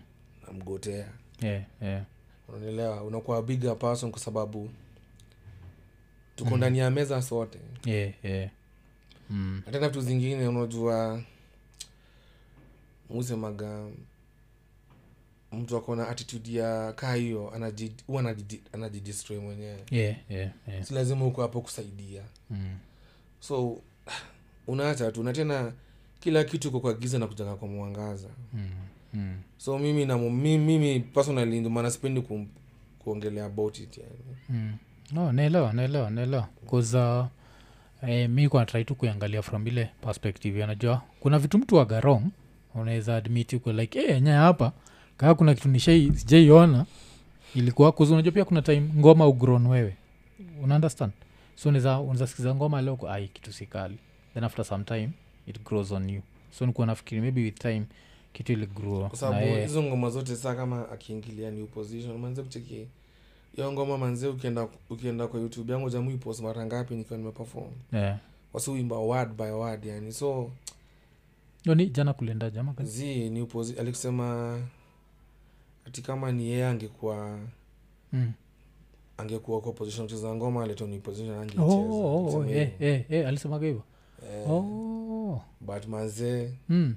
Speaker 1: namgotea
Speaker 2: yeah, yeah.
Speaker 1: unaelewa unakuwa a bigger person kwa sababu tuko ndani ya meza sote
Speaker 2: Yeah, yeah. Mm.
Speaker 1: hata na vitu zingine unajua musemaga mtu akona attitude ya kaa hiyo anaji- huwa anaji- anajidestroy mwenyewe
Speaker 2: Yeah, yeah, yeah.
Speaker 1: si lazima uko hapo kusaidia
Speaker 2: Mm.
Speaker 1: so (sighs) unaacha tu na tena kila kitu iko kwa giza na kujaga kwa mwangaza
Speaker 2: Mm,
Speaker 1: so mimi na mimi, mimi personally ndio maana sipendi kum- kuongelea about it yani.
Speaker 2: mm. no naelewa naelewa naelewa kaza eh, mi kanatrai tu kuiangalia from ile perspective anajua kuna vitu mtu waga wrong unaweza admit uko like hey, nyaya hapa kaa kuna kitu nishai sijaiona ilikuwa kuzi unajua pia kuna time ngoma ugrown wewe una understand so unaweza unaweza sikiza ngoma leo uko, ai kitu sikali then after some time it grows on you so nikuwa nafikiri maybe with time kitu ili grow
Speaker 1: kwa
Speaker 2: na
Speaker 1: sababu
Speaker 2: yeye.
Speaker 1: hizo ngoma zote saa kama akiingilia ni opposition manze kucheki hiyo ngoma manze ukienda ukienda kwa youtube yangu jamu ipost mara ngapi nikiwa nimeperform
Speaker 2: Yeah.
Speaker 1: wasiuimba word by word yani so
Speaker 2: Yo, ni jana kulenda jama kazi
Speaker 1: z ni upozi alikusema ati kama ni yeye angekuwa
Speaker 2: mm.
Speaker 1: angekuwa kwa position kucheza ngoma aleto ni position angecheza
Speaker 2: Oh, oh, oh,
Speaker 1: Alisema
Speaker 2: eh,
Speaker 1: hivyo.
Speaker 2: eh, eh, alisemaga hivyo
Speaker 1: Eh,
Speaker 2: Oh.
Speaker 1: but manzee
Speaker 2: Mm.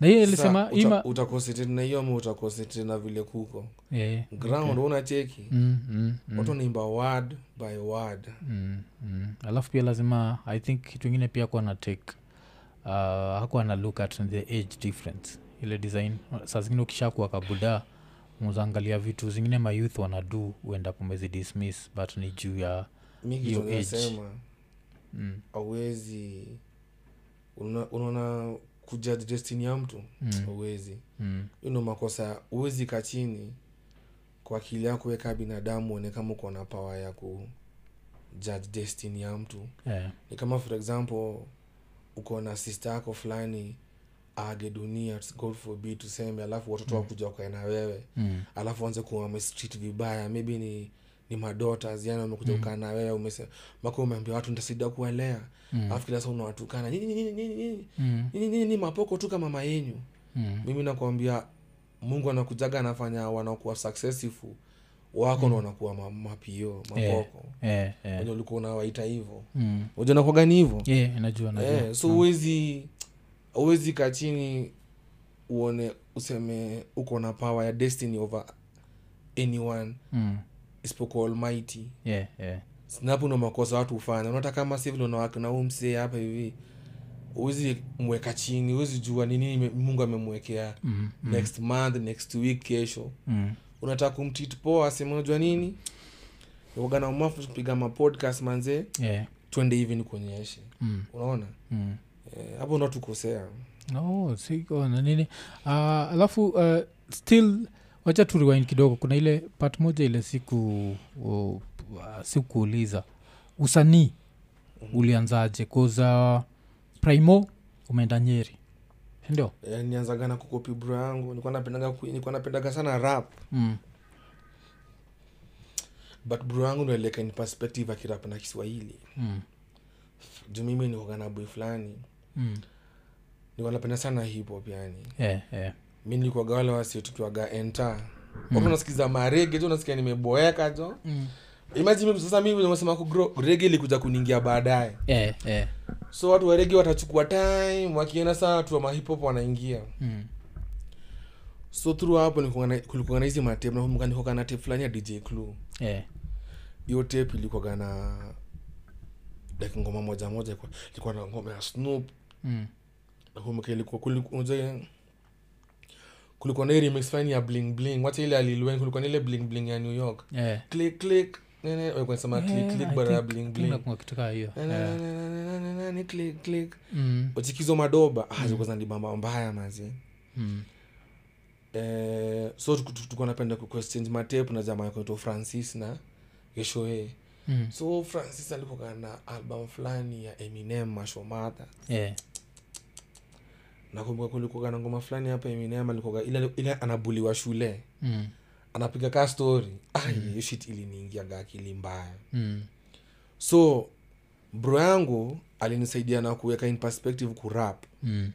Speaker 2: na hiyo
Speaker 1: sasa
Speaker 2: alisema
Speaker 1: uta-
Speaker 2: ima
Speaker 1: utaconcentrate na hiyo ama utaconcentrate na vile kuko
Speaker 2: Yeah, yeah,
Speaker 1: ground
Speaker 2: okay.
Speaker 1: una cheki
Speaker 2: Mm, mm, mm,
Speaker 1: watu wanaimba word by word
Speaker 2: mm, mm. alafu pia lazima i think kitu ingine pia kuwa na take uh, hakuwa na look at the age difference ile design saa zingine ukishakuwa kabuda muzaangalia vitu zingine mayouth wanadu uenda kumezi dismiss but ni juu ya
Speaker 1: mi
Speaker 2: Hiyo
Speaker 1: kitu
Speaker 2: age.
Speaker 1: nasema
Speaker 2: mm,
Speaker 1: auwezi unaona kujudge destiny ya mtu
Speaker 2: mm,
Speaker 1: auwezi
Speaker 2: mm,
Speaker 1: hiyo ndo makosa uwezi ka chini kwa akili yako weka binadamu uone kama uko na pawa ya ku judge destiny ya mtu
Speaker 2: yeah,
Speaker 1: ni kama for example uko na sister yako fulani aage dunia god forbid tuseme alafu watoto
Speaker 2: Mm.
Speaker 1: wakuja wakae na wewe
Speaker 2: mm,
Speaker 1: alafu anze kuwa wamestreet vibaya maybe ni ni madotas yani wamekuja
Speaker 2: Mm.
Speaker 1: kukaa na wewe umese mako umeambia watu nitasaidia kuwalea
Speaker 2: mm,
Speaker 1: alafu kila saa unawatukana nini nini nini nini
Speaker 2: mm,
Speaker 1: nini nini mapoko tu kama mama yenyu
Speaker 2: mm.
Speaker 1: mimi nakwambia mungu anakujaga anafanya wanakuwa successful wako mm. na wanakuwa ma- mapio mapoko
Speaker 2: Eh, eh,
Speaker 1: wenye ulikuwa unawaita hivo
Speaker 2: mm.
Speaker 1: uja nakwagani hivo
Speaker 2: Yeah, najua najua
Speaker 1: eh, so uwezi uwezi kaa chini uone useme uko na power ya destiny over anyone
Speaker 2: Mm,
Speaker 1: isipokuwa almighty
Speaker 2: yeah, yeah.
Speaker 1: snapo ndo makosa watu hufanya unaona kama sivile unawake na huu msee hapa hivi uwezi mweka chini uwezi jua ni nini ime- mungu amemwekea
Speaker 2: Mm, mm,
Speaker 1: next month next week kesho
Speaker 2: mm.
Speaker 1: unataka kumtreat poa asemejwa nini wagana umafu kupiga mapodcast manzee
Speaker 2: Yeah,
Speaker 1: twende hivi nikuonyeshe
Speaker 2: mm,
Speaker 1: unaona
Speaker 2: mm.
Speaker 1: Eh, hapo e, unatukosea
Speaker 2: No, si- oh, na nini uh, alafu uh, still wacha tu rewind kidogo kuna ile part moja ile siku uh, sikuuliza usanii
Speaker 1: Mm-hmm.
Speaker 2: ulianzaje koza primo umeenda nyeri sindio
Speaker 1: e, nianzaga na kukopi bro yangu nilikuwa napendaga ku- nilikuwa napendaga sana rap
Speaker 2: mm.
Speaker 1: but bro yangu ndoeleka ni perspective akirap na kiswahili
Speaker 2: mm.
Speaker 1: juu mimi nikoga na boy fulani
Speaker 2: mm. Eh,
Speaker 1: nilikuwa napenda sana hip hop yani
Speaker 2: yeah, yeah.
Speaker 1: mi nilikuwaga wale wasio tukiwaga enta watu unasikiza marege tu unasikia nimeboeka jo
Speaker 2: Mm.
Speaker 1: imagine mimi sasa mimi nimesema ku grow- rege ilikuja kuningia baadaye
Speaker 2: Yeah, yeah.
Speaker 1: so watu waregi watachukua time wakienda saa watu wa mahipop wanaingia
Speaker 2: Mm.
Speaker 1: so through hapo nilikuwa na- kulikuwa na hizi matep nakumbukanikoka na tape fulani ya dj clue
Speaker 2: Yeah.
Speaker 1: hiyo tape ilikuwaga na like ngoma moja moja ilikuwa- ilikuwa na ngoma ya snoop
Speaker 2: Mm.
Speaker 1: nakumbuka ilikuwa kuliku- unajua- kulikuwa na hii remix fulani ya bling bling wacha ile alilwen kulikuwa na ile bling bling ya new york
Speaker 2: Yeah.
Speaker 1: click click nene walikuwa wanasema click
Speaker 2: Yeah, eh. I
Speaker 1: click badala ya
Speaker 2: think
Speaker 1: bling bling
Speaker 2: kuna kitu kaa hiyo
Speaker 1: Nene,
Speaker 2: Yeah.
Speaker 1: nene, nene, nene, nene, click click
Speaker 2: Mm.
Speaker 1: wachikizo madoba ah, zilikuwa zinanibamba mbaya mazi
Speaker 2: Mm.
Speaker 1: eh, so tuku- tuku- tulikuwa napenda kuexchange matepu na jamaa kuitwa francis na geshoe
Speaker 2: Mm.
Speaker 1: so francis alikuwa na album fulani ya eminem mashomata
Speaker 2: Yeah.
Speaker 1: nakumbuka kulikuwa na ngoma fulani hapa eminem alikuwa ile, ile anabuliwa shule
Speaker 2: Mm.
Speaker 1: anapiga ka story ah, hiyo shit iliniingiaga akili mbaya
Speaker 2: Mm.
Speaker 1: so bro yangu alinisaidia na kuweka in perspective kurap
Speaker 2: Mm.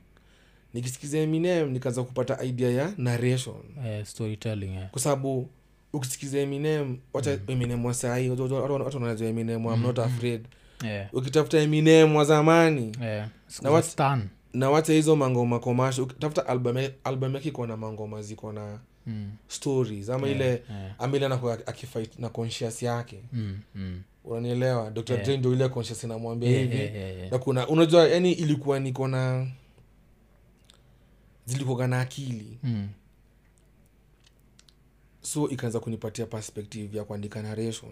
Speaker 1: nikisikiza eminem nikaanza kupata idea ya narration
Speaker 2: Eh, storytelling eh.
Speaker 1: kwa sababu ukisikiza eminem wacha
Speaker 2: Mm.
Speaker 1: eminem wa sahii watu wanajua eminem wa I'm not afraid
Speaker 2: Yeah.
Speaker 1: ukitafuta eminem wa zamani
Speaker 2: Eh, siku
Speaker 1: Na
Speaker 2: za
Speaker 1: what-
Speaker 2: stan.
Speaker 1: na wacha hizo mangoma komasho ukitafuta album ya- album yake iko na mangoma ziko na
Speaker 2: Mm.
Speaker 1: stories ama ile
Speaker 2: Eh.
Speaker 1: ama ile anakuwa akifight na conscious yake
Speaker 2: Mm. Mm.
Speaker 1: unanielewa dr yeah. ndo ile conscious inamwambia
Speaker 2: Yeah,
Speaker 1: hivi
Speaker 2: yeah, yeah, yeah.
Speaker 1: na kuna unajua yani ilikuwa niko na zilikuwaga na akili
Speaker 2: Mm.
Speaker 1: so ikaanza kunipatia perspective ya kuandika narration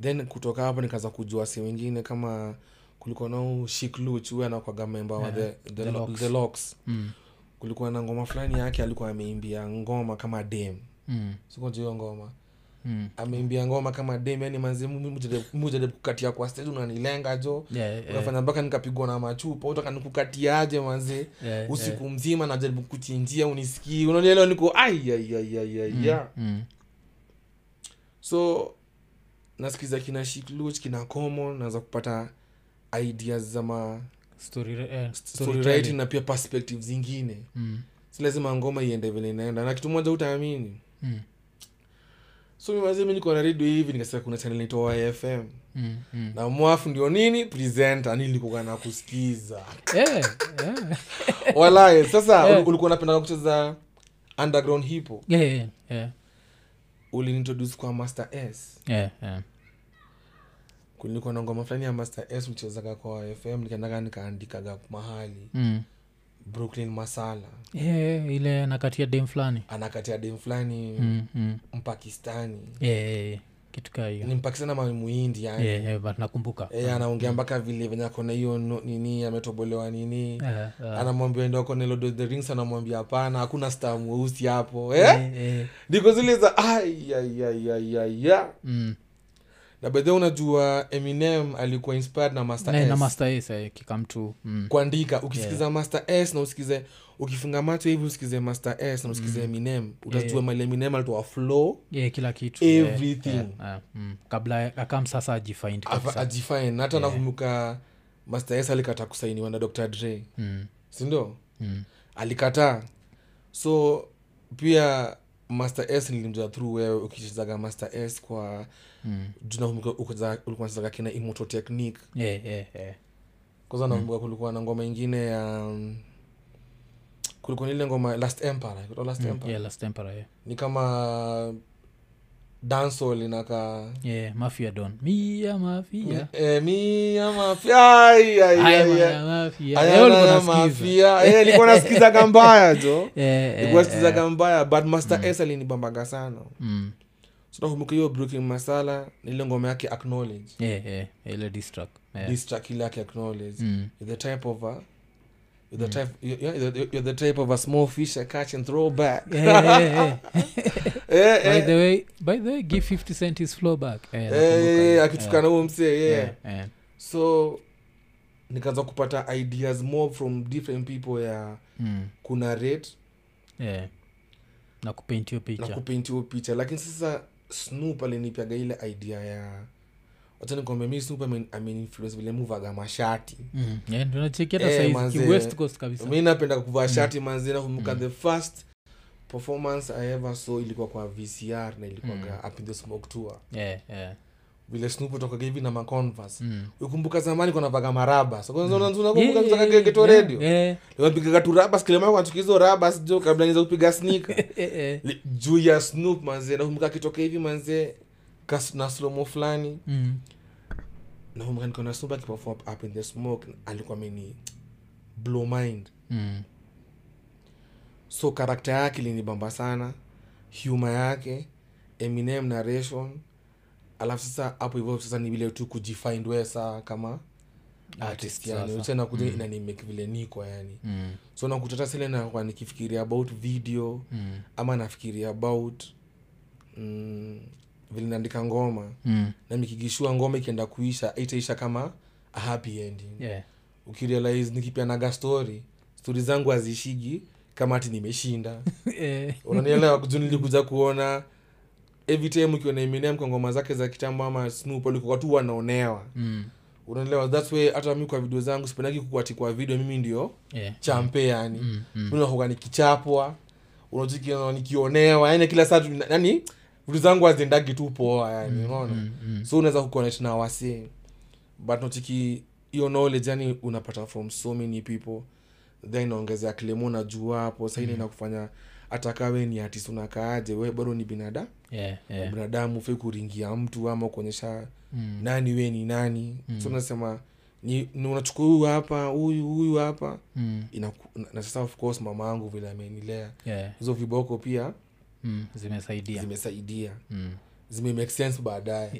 Speaker 1: then kutoka hapo nikaanza kujua si wengine kama kulikuwa nao shikluch huyo anakwaga memba wa the, the,
Speaker 2: The
Speaker 1: the,
Speaker 2: Locks.
Speaker 1: locks. the locks
Speaker 2: Mm.
Speaker 1: kulikuwa na ngoma fulani yake alikuwa ameimbia ngoma kama dem
Speaker 2: Mm.
Speaker 1: sikunja hiyo ngoma
Speaker 2: Mm.
Speaker 1: ameimbia ngoma kama dem yani manzimujaribu kukatia kwa stage unanilenga jo
Speaker 2: Yeah, yeah,
Speaker 1: unafanya mpaka nikapigwa na machupa utakanukukatiaje manzee
Speaker 2: yeah,
Speaker 1: usiku mzima najaribu kuchinjia unisikii unanielewa niko aiyaiyaiyaia
Speaker 2: yeah. Mm.
Speaker 1: so nasikiza kina shikluch kina common naanza kupata ideas za ma
Speaker 2: Story, eh,
Speaker 1: story writing na pia perspective zingine
Speaker 2: Mm.
Speaker 1: si lazima ngoma iende vile inaenda na kitu moja utaamini
Speaker 2: Mm.
Speaker 1: so mimazimi niko na redio hivi nikasikia kuna channel inaitwa fm
Speaker 2: Mm. Mm.
Speaker 1: na mwafu ndio nini presenter nilikuwa na kusikiza
Speaker 2: Yeah, yeah.
Speaker 1: walaye sasa
Speaker 2: Yeah.
Speaker 1: ulikuwa napenda kucheza underground hipo
Speaker 2: Yeah, yeah, yeah.
Speaker 1: uliniintroduce kwa master s
Speaker 2: Yeah, yeah.
Speaker 1: kulikuwa na ngoma fulani ya master s mchezaga kwa fm nikaendaga nikaandikaga mahali
Speaker 2: Mm.
Speaker 1: brooklyn masala
Speaker 2: Yeah, yeah, ile anakatia dem fulani
Speaker 1: anakatia dem fulani
Speaker 2: Mm, mm.
Speaker 1: mpakistani
Speaker 2: Yeah, yeah, yeah. kitu kaa hiyo
Speaker 1: ni mpakistani ama ni muhindi yani
Speaker 2: Yeah, yeah, but nakumbuka
Speaker 1: e, anaongea mpaka vile venye akona hiyo no- nini ametobolewa nini
Speaker 2: Eh, eh.
Speaker 1: anamwambia ndo akona ilo Lord of the rings anamwambia hapana hakuna star mweusi hapo eh?
Speaker 2: Eh, eh.
Speaker 1: ndiko zile za "Ai, ai, ai, ai, ai, ai."
Speaker 2: Mm.
Speaker 1: na bedhe unajua eminem alikuwa inspired na master
Speaker 2: Na-
Speaker 1: S.
Speaker 2: na master s eh, kikam tu mm.
Speaker 1: kuandika ukisikiza master s na usikize ukifunga macho hivi usikize master s na usikize eminem utajua
Speaker 2: Mm. Yeah.
Speaker 1: mali eminem alitoa flow
Speaker 2: yeah, kila kitu yeah.
Speaker 1: everything
Speaker 2: Ah, mm. kabla akam sasa ajifind
Speaker 1: Afa-
Speaker 2: kabisa
Speaker 1: ajifine na hata nakumbuka master s alikataa kusainiwa na dr dre
Speaker 2: mm.
Speaker 1: sindio
Speaker 2: Mm.
Speaker 1: alikataa so pia master s nilimjua through wewe ukichezaga master s kwa
Speaker 2: Mm.
Speaker 1: junaulikunachezaga kina imoto technique
Speaker 2: Yeah, yeah, yeah. Mm,
Speaker 1: kwanza nakumbuka kulikuwa na ngoma ingine ya um, kulikuwa na ile ngoma last empire kutoka last
Speaker 2: Mm.
Speaker 1: empire
Speaker 2: Yeah, last Emperor, yeah.
Speaker 1: ni kama dansol inaka
Speaker 2: Yeah, mafia don mia mafia
Speaker 1: Eh, mi ama afya- ai, ai,
Speaker 2: Haya,
Speaker 1: ai, ai.
Speaker 2: mwana mafia.
Speaker 1: Aya,
Speaker 2: Eh, ulikuwa
Speaker 1: aya,
Speaker 2: unasikiza.
Speaker 1: mafia. Eh, nilikuwa nasikizaga mbaya jo
Speaker 2: (laughs) Eh, eh,
Speaker 1: nilikuwa
Speaker 2: eh.
Speaker 1: nasikizaga mbaya but master s alinibambaga sana
Speaker 2: Mm.
Speaker 1: so nakumbuka hiyo brooklyn masala nile ngoma yake acknowledge
Speaker 2: Yeah, yeah, ile diss track. Yeah.
Speaker 1: this track ile yake acknowledge
Speaker 2: Mm.
Speaker 1: you're the type of a you're the type you're, you're, the- you're the type of a small fish I catch and throw back
Speaker 2: Eh, eh, eh.
Speaker 1: (laughs) eh,
Speaker 2: By
Speaker 1: eh,
Speaker 2: the way- by the way, give 50 cent his flow back. Eh, nakumbuka.
Speaker 1: eh, eh,
Speaker 2: Eh,
Speaker 1: akitukana huo msee yeah.
Speaker 2: eh, eh.
Speaker 1: so nikaanza kupata ideas more from different people ya
Speaker 2: Mm.
Speaker 1: kuna rate
Speaker 2: Yeah. na kupaint hiyo
Speaker 1: na
Speaker 2: picha
Speaker 1: kupaint hiyo picha lakini sasa snoop alinipiaga ile idea ya wacha nikwambia mi snoop amen- ameninfluence vile muvaga mashati
Speaker 2: Mm. Yeah, ndio nacheki hata
Speaker 1: Eh,
Speaker 2: saizi,
Speaker 1: manze.
Speaker 2: ki- West Coast kabisa
Speaker 1: mi napenda
Speaker 2: Mm.
Speaker 1: kuvaa shati manzi nakumbuka the first performance i ever saw ilikuwa kwa vcr na ilikuwaga mm. up in the smoke tour
Speaker 2: Eh, eh.
Speaker 1: vile snoop utokaga hivi na maconverse
Speaker 2: Mm.
Speaker 1: ukumbuka zamani kuna vaga maraba sonakumbuka
Speaker 2: Yeah, yeah, yeah,
Speaker 1: kutoka
Speaker 2: yeah. (laughs)
Speaker 1: redio
Speaker 2: Eh,
Speaker 1: limapigaga tu rabas kilema kwachukizo rabas jo kabla niza kupiga snika
Speaker 2: eh, eh.
Speaker 1: Li- juu ya snoop manze nakumbuka akitoka hivi manze kas- na slomo fulani
Speaker 2: Mm.
Speaker 1: nakumbuka nikaona snoop akiperform up in the smoke alikuwa ameni blow mind
Speaker 2: Mm.
Speaker 1: so karakta yake linibamba sana huma yake eminem narration alafu sasa hapo hivyo sasa ni vile tu kujifind we saa kama artist yani tena kuja inanimake vile niko yani
Speaker 2: Mm.
Speaker 1: so nakuta hata sile nakuwa nikifikiria about video
Speaker 2: Mm.
Speaker 1: ama nafikiria about mm, vile naandika ngoma
Speaker 2: Mm.
Speaker 1: na mikigishua ngoma ikienda kuisha itaisha kama a happy ending
Speaker 2: (laughs) Yeah.
Speaker 1: ukirealize nikipianaga story stori zangu hazishigi kama ati nimeshinda (laughs)
Speaker 2: Eh.
Speaker 1: unanielewa juu nilikuja kuona every time ukiona Eminem kwa ngoma zake za kitambo ama Snoop alikuwa tu wanaonewa
Speaker 2: Mm.
Speaker 1: unaelewa that's way hata mimi kwa video zangu sipendagi kukwati kwa video mimi ndio
Speaker 2: Yeah.
Speaker 1: champe yani
Speaker 2: Mm. Mm.
Speaker 1: minakuga nikichapwa unachikiona nikionewa yani kila saa tu- yani vitu zangu haziendagi tu poa yani unaona
Speaker 2: Mm. Mm.
Speaker 1: so unaweza kuconnect na wasee but nachiki hiyo knowledge yani unapata from so many people then inaongezea klemu unajua hapo saini mm. inakufanya atakawe ni artist unakaaje we bado ni binada
Speaker 2: yeah, yeah.
Speaker 1: binadamu fe kuringia mtu ama kuonyesha
Speaker 2: Mm.
Speaker 1: nani we ni nani
Speaker 2: Mm.
Speaker 1: so nasema ni, ni unachukua huyu hapa huyu huyu hapa
Speaker 2: Mm.
Speaker 1: Inaku- na- na sasa of course mama yangu vile amenilea
Speaker 2: Yeah.
Speaker 1: hizo viboko pia
Speaker 2: Mm. zimesaidia
Speaker 1: zimesaidia
Speaker 2: Mm.
Speaker 1: zime make sense baadaye
Speaker 2: (laughs)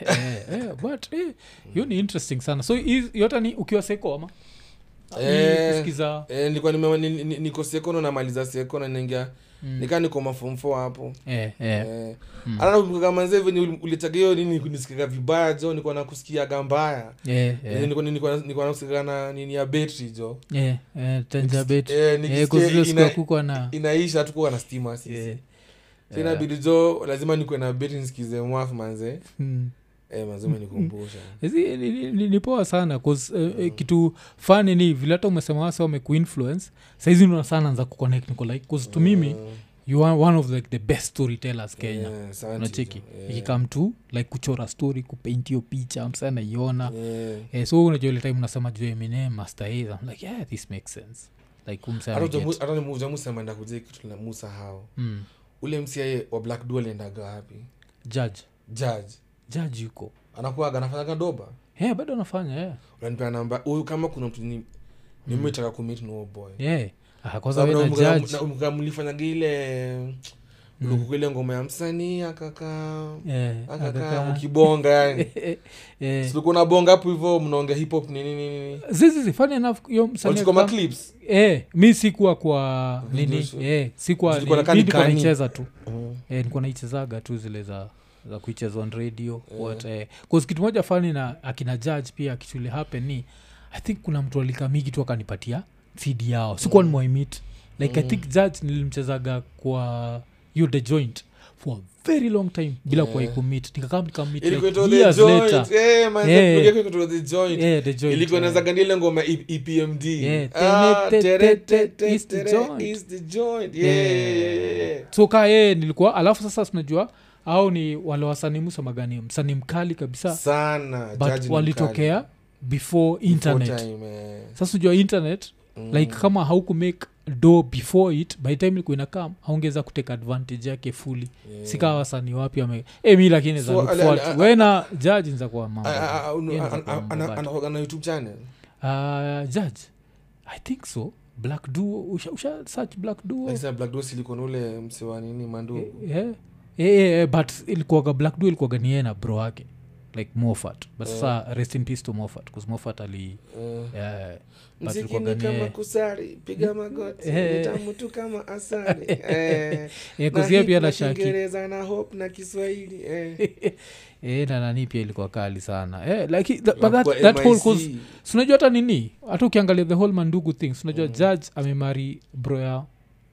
Speaker 2: Eh, eh, but eh, hiyo ni interesting sana so hizi- yote ni ukiwa seko ama
Speaker 1: Eh.
Speaker 2: Ni kusikiza
Speaker 1: Eh, nilikuwa nime- ni- ni- niko sekono namaliza sekono naingia
Speaker 2: Mm.
Speaker 1: nikaa niko mafomfo hapo
Speaker 2: eh, eh.
Speaker 1: Eh,
Speaker 2: Mm.
Speaker 1: hata nakumbuka manze venye uli- ulitaga hiyo nini kunisikika vibaya jo nilikuwa nakusikiaga mbaya
Speaker 2: Eh,
Speaker 1: Venye
Speaker 2: eh.
Speaker 1: nilikuwa- nilikuwa nilikuwa nakusikiaga na nini ya betri jo
Speaker 2: Eh, eh, tenjabet.
Speaker 1: eh,
Speaker 2: Eh,
Speaker 1: nikisikia
Speaker 2: kuzile siku
Speaker 1: ina-
Speaker 2: hakukua na
Speaker 1: inaisha tukuwa na stima sisi
Speaker 2: Eh,
Speaker 1: so inabidi jo lazima nikuwe na betri nisikize mwaf manze
Speaker 2: mm.
Speaker 1: eh, manze umenikumbusha
Speaker 2: Hizi ni- ni- ni- ni poa sana cause eh, eh, kitu fani ni vile hata umesema wase wamekuinfluence saizi ndo sana anza kuconnect niko like cause to mimi
Speaker 1: Eh,
Speaker 2: you are one of like the best storytellers kenya
Speaker 1: eh, asante
Speaker 2: unacheki
Speaker 1: jo.
Speaker 2: yeah.
Speaker 1: Eh,
Speaker 2: ikikam tu like kuchora story kupaint hiyo picha msa naiona
Speaker 1: eh.
Speaker 2: eh, so unajua ile time unasema juu eminem master Ace, I'm like yeah this makes sense like huyu msee
Speaker 1: Hata
Speaker 2: anaget.
Speaker 1: uja- hata ni- uja Musa ameenda kujia kitu la musa hao
Speaker 2: Mm.
Speaker 1: ule msiae wa black du aliendaga wapi
Speaker 2: judge
Speaker 1: judge
Speaker 2: judge yuko
Speaker 1: anakuaga anafanyaga doba
Speaker 2: yeah, bado anafanya yeah.
Speaker 1: unanipea namba huyu kama kuna mtu ni nimetaka kumit na huyo boy
Speaker 2: Mm. yeah. Ah, kwanza
Speaker 1: Sababu
Speaker 2: we na
Speaker 1: nakumbuka-
Speaker 2: judge Mm.
Speaker 1: nakumbuka mlifanyaga ile ulikuwa ile ngoma ya msanii akakaa
Speaker 2: Yeah,
Speaker 1: akakaa
Speaker 2: akakaa.
Speaker 1: mkibonga yani
Speaker 2: Eh, (laughs) eh.
Speaker 1: silikuwa nabonga hapo hivo mnaongea hip hop nini nini
Speaker 2: zizizi funny enough hiyo msanii
Speaker 1: walichukua ma
Speaker 2: alikuwa-
Speaker 1: clips
Speaker 2: eh, mi sikuwa kwa nini
Speaker 1: Videos.
Speaker 2: eh, sikuwa
Speaker 1: Zilikuwa na
Speaker 2: ni-
Speaker 1: kani
Speaker 2: mi nilikuwa
Speaker 1: kani.
Speaker 2: naicheza tu eh, nikuwa naichezaga tu zile za za kuicheza on radio what, eh. 'Cause kitu moja fani na akina judge pia kitu ile happen ni i think kuna mtu alikamiki tu akanipatia cd yao sikuwa mm. nimwaimit like
Speaker 1: Mm.
Speaker 2: i think judge nilimchezaga kwa you the joint for a very long time bila yeah. kuwai kumit nikakaa nikamit
Speaker 1: ilikuwa
Speaker 2: like
Speaker 1: ito the
Speaker 2: years later
Speaker 1: joint Eh, manze,
Speaker 2: Yeah.
Speaker 1: tunaongea kwa ito the joint
Speaker 2: yeah, the joint
Speaker 1: ilikuwa
Speaker 2: eh.
Speaker 1: inazaga ndile ngoma E- epmd
Speaker 2: Yeah.
Speaker 1: Ah,
Speaker 2: Tene- te-
Speaker 1: tere- te-
Speaker 2: te-
Speaker 1: te-
Speaker 2: is the
Speaker 1: tere-
Speaker 2: joint.
Speaker 1: is the joint. Yeah, yeah, yeah, yeah, yeah.
Speaker 2: so ka yeye nilikuwa alafu sasa tunajua au ni wale wasanii msamagani msanii mkali kabisa
Speaker 1: sana Judge
Speaker 2: but
Speaker 1: ni
Speaker 2: walitokea before
Speaker 1: mkali.
Speaker 2: internet
Speaker 1: Full time, eh.
Speaker 2: sasa unajua internet
Speaker 1: Mm.
Speaker 2: like kama hauku make do before it by time ilikuwa inakam haungeza kuteka advantage yake fully
Speaker 1: Yeah.
Speaker 2: sikaa wasanii wapi ame e, mi lakini
Speaker 1: So, ale- ale- ale-
Speaker 2: wena jaji nza kwa
Speaker 1: Ah, ah, ah, unu-
Speaker 2: Yeye
Speaker 1: an-
Speaker 2: ni kwa
Speaker 1: an-
Speaker 2: Mobadhi.
Speaker 1: ana- anakuwaga na youtube channel
Speaker 2: jaji Ah, i think so black duo usha, usha search black duo
Speaker 1: Like sasa black Dog silicon ule msewa nini mandugu
Speaker 2: yeah. yeah, yeah, yeah, eh, but ilikuwaga black du ilikuwaga ni yeye na bro wake like mofat but sasa rest in peace to mofat bcause mofat ali
Speaker 1: Eh,
Speaker 2: yeah, but
Speaker 1: mziki
Speaker 2: ilikuwaga
Speaker 1: ni
Speaker 2: ni
Speaker 1: kama
Speaker 2: yeye.
Speaker 1: kusari piga magoti
Speaker 2: Eh.
Speaker 1: ni tamu tu kama
Speaker 2: (laughs)
Speaker 1: asari Eh,
Speaker 2: Eh,
Speaker 1: na
Speaker 2: 'cause yeye
Speaker 1: hip
Speaker 2: pia
Speaker 1: na
Speaker 2: na shaki
Speaker 1: Kiingereza na hope na kiswahili eh.
Speaker 2: (laughs) Eh, na nani pia ilikuwa kali sana eh, like, that, but
Speaker 1: Na
Speaker 2: that,
Speaker 1: kwa
Speaker 2: that whole
Speaker 1: MIC.
Speaker 2: cause sunajua hata nini hata ukiangalia the whole mandugu thing
Speaker 1: Mm.
Speaker 2: sunajua judge amemari bro ya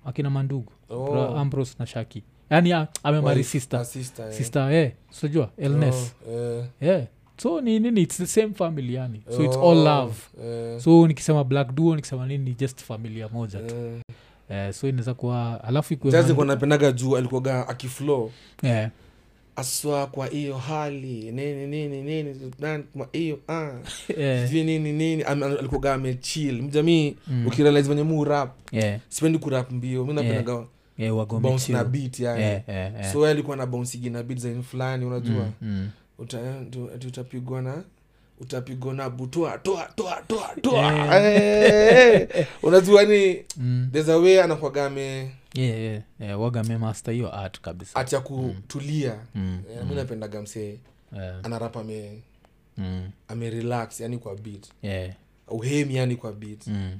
Speaker 2: akina mandugu
Speaker 1: Oh.
Speaker 2: bro ambros na shaki yaani ah, amemari
Speaker 1: Wali-
Speaker 2: sister
Speaker 1: na sister, eh.
Speaker 2: sister eh, sunajua elnes
Speaker 1: Oh, eh.
Speaker 2: yeah so ni nini its the same family yani so its
Speaker 1: Oh,
Speaker 2: all love
Speaker 1: eh,
Speaker 2: so nikisema black duo nikisema nini ni just familia moja tu
Speaker 1: eh.
Speaker 2: eh, so inaweza kuwa alafu ikuwe
Speaker 1: Jazzy
Speaker 2: mandu-
Speaker 1: kwa napendaga juu alikuwaga akiflo
Speaker 2: eh,
Speaker 1: aswa kwa hiyo hali nini nini nini nani kwa hiyo ah.
Speaker 2: eh,
Speaker 1: sijui nini nini Ame- alikuwaga amechil mjamii
Speaker 2: Mm.
Speaker 1: ukiralize venye mu rap
Speaker 2: eh,
Speaker 1: sipendi kurap mbio mi napendaga
Speaker 2: eh, wagome
Speaker 1: bounce na
Speaker 2: chill.
Speaker 1: beat yani
Speaker 2: Eh, eh, eh.
Speaker 1: so yeye alikuwa na bounsigi na beat zaini fulani unajua
Speaker 2: Mm, mm.
Speaker 1: Uta- ndio, ati utapigwa na utapigwa na butoa toa toa toa toa
Speaker 2: Eh.
Speaker 1: Eh, unajua ni
Speaker 2: Mm.
Speaker 1: there's a way anakwaga ame
Speaker 2: Yeah, yeah, yeah, waga amemasta hiyo art kabisa
Speaker 1: acha kutulia
Speaker 2: Mm,
Speaker 1: Eh, mi napendaga msee
Speaker 2: eh,
Speaker 1: anarap ame
Speaker 2: mm,
Speaker 1: amerelax yani kwa beat
Speaker 2: yeah,
Speaker 1: uhemi yani kwa beat
Speaker 2: mm.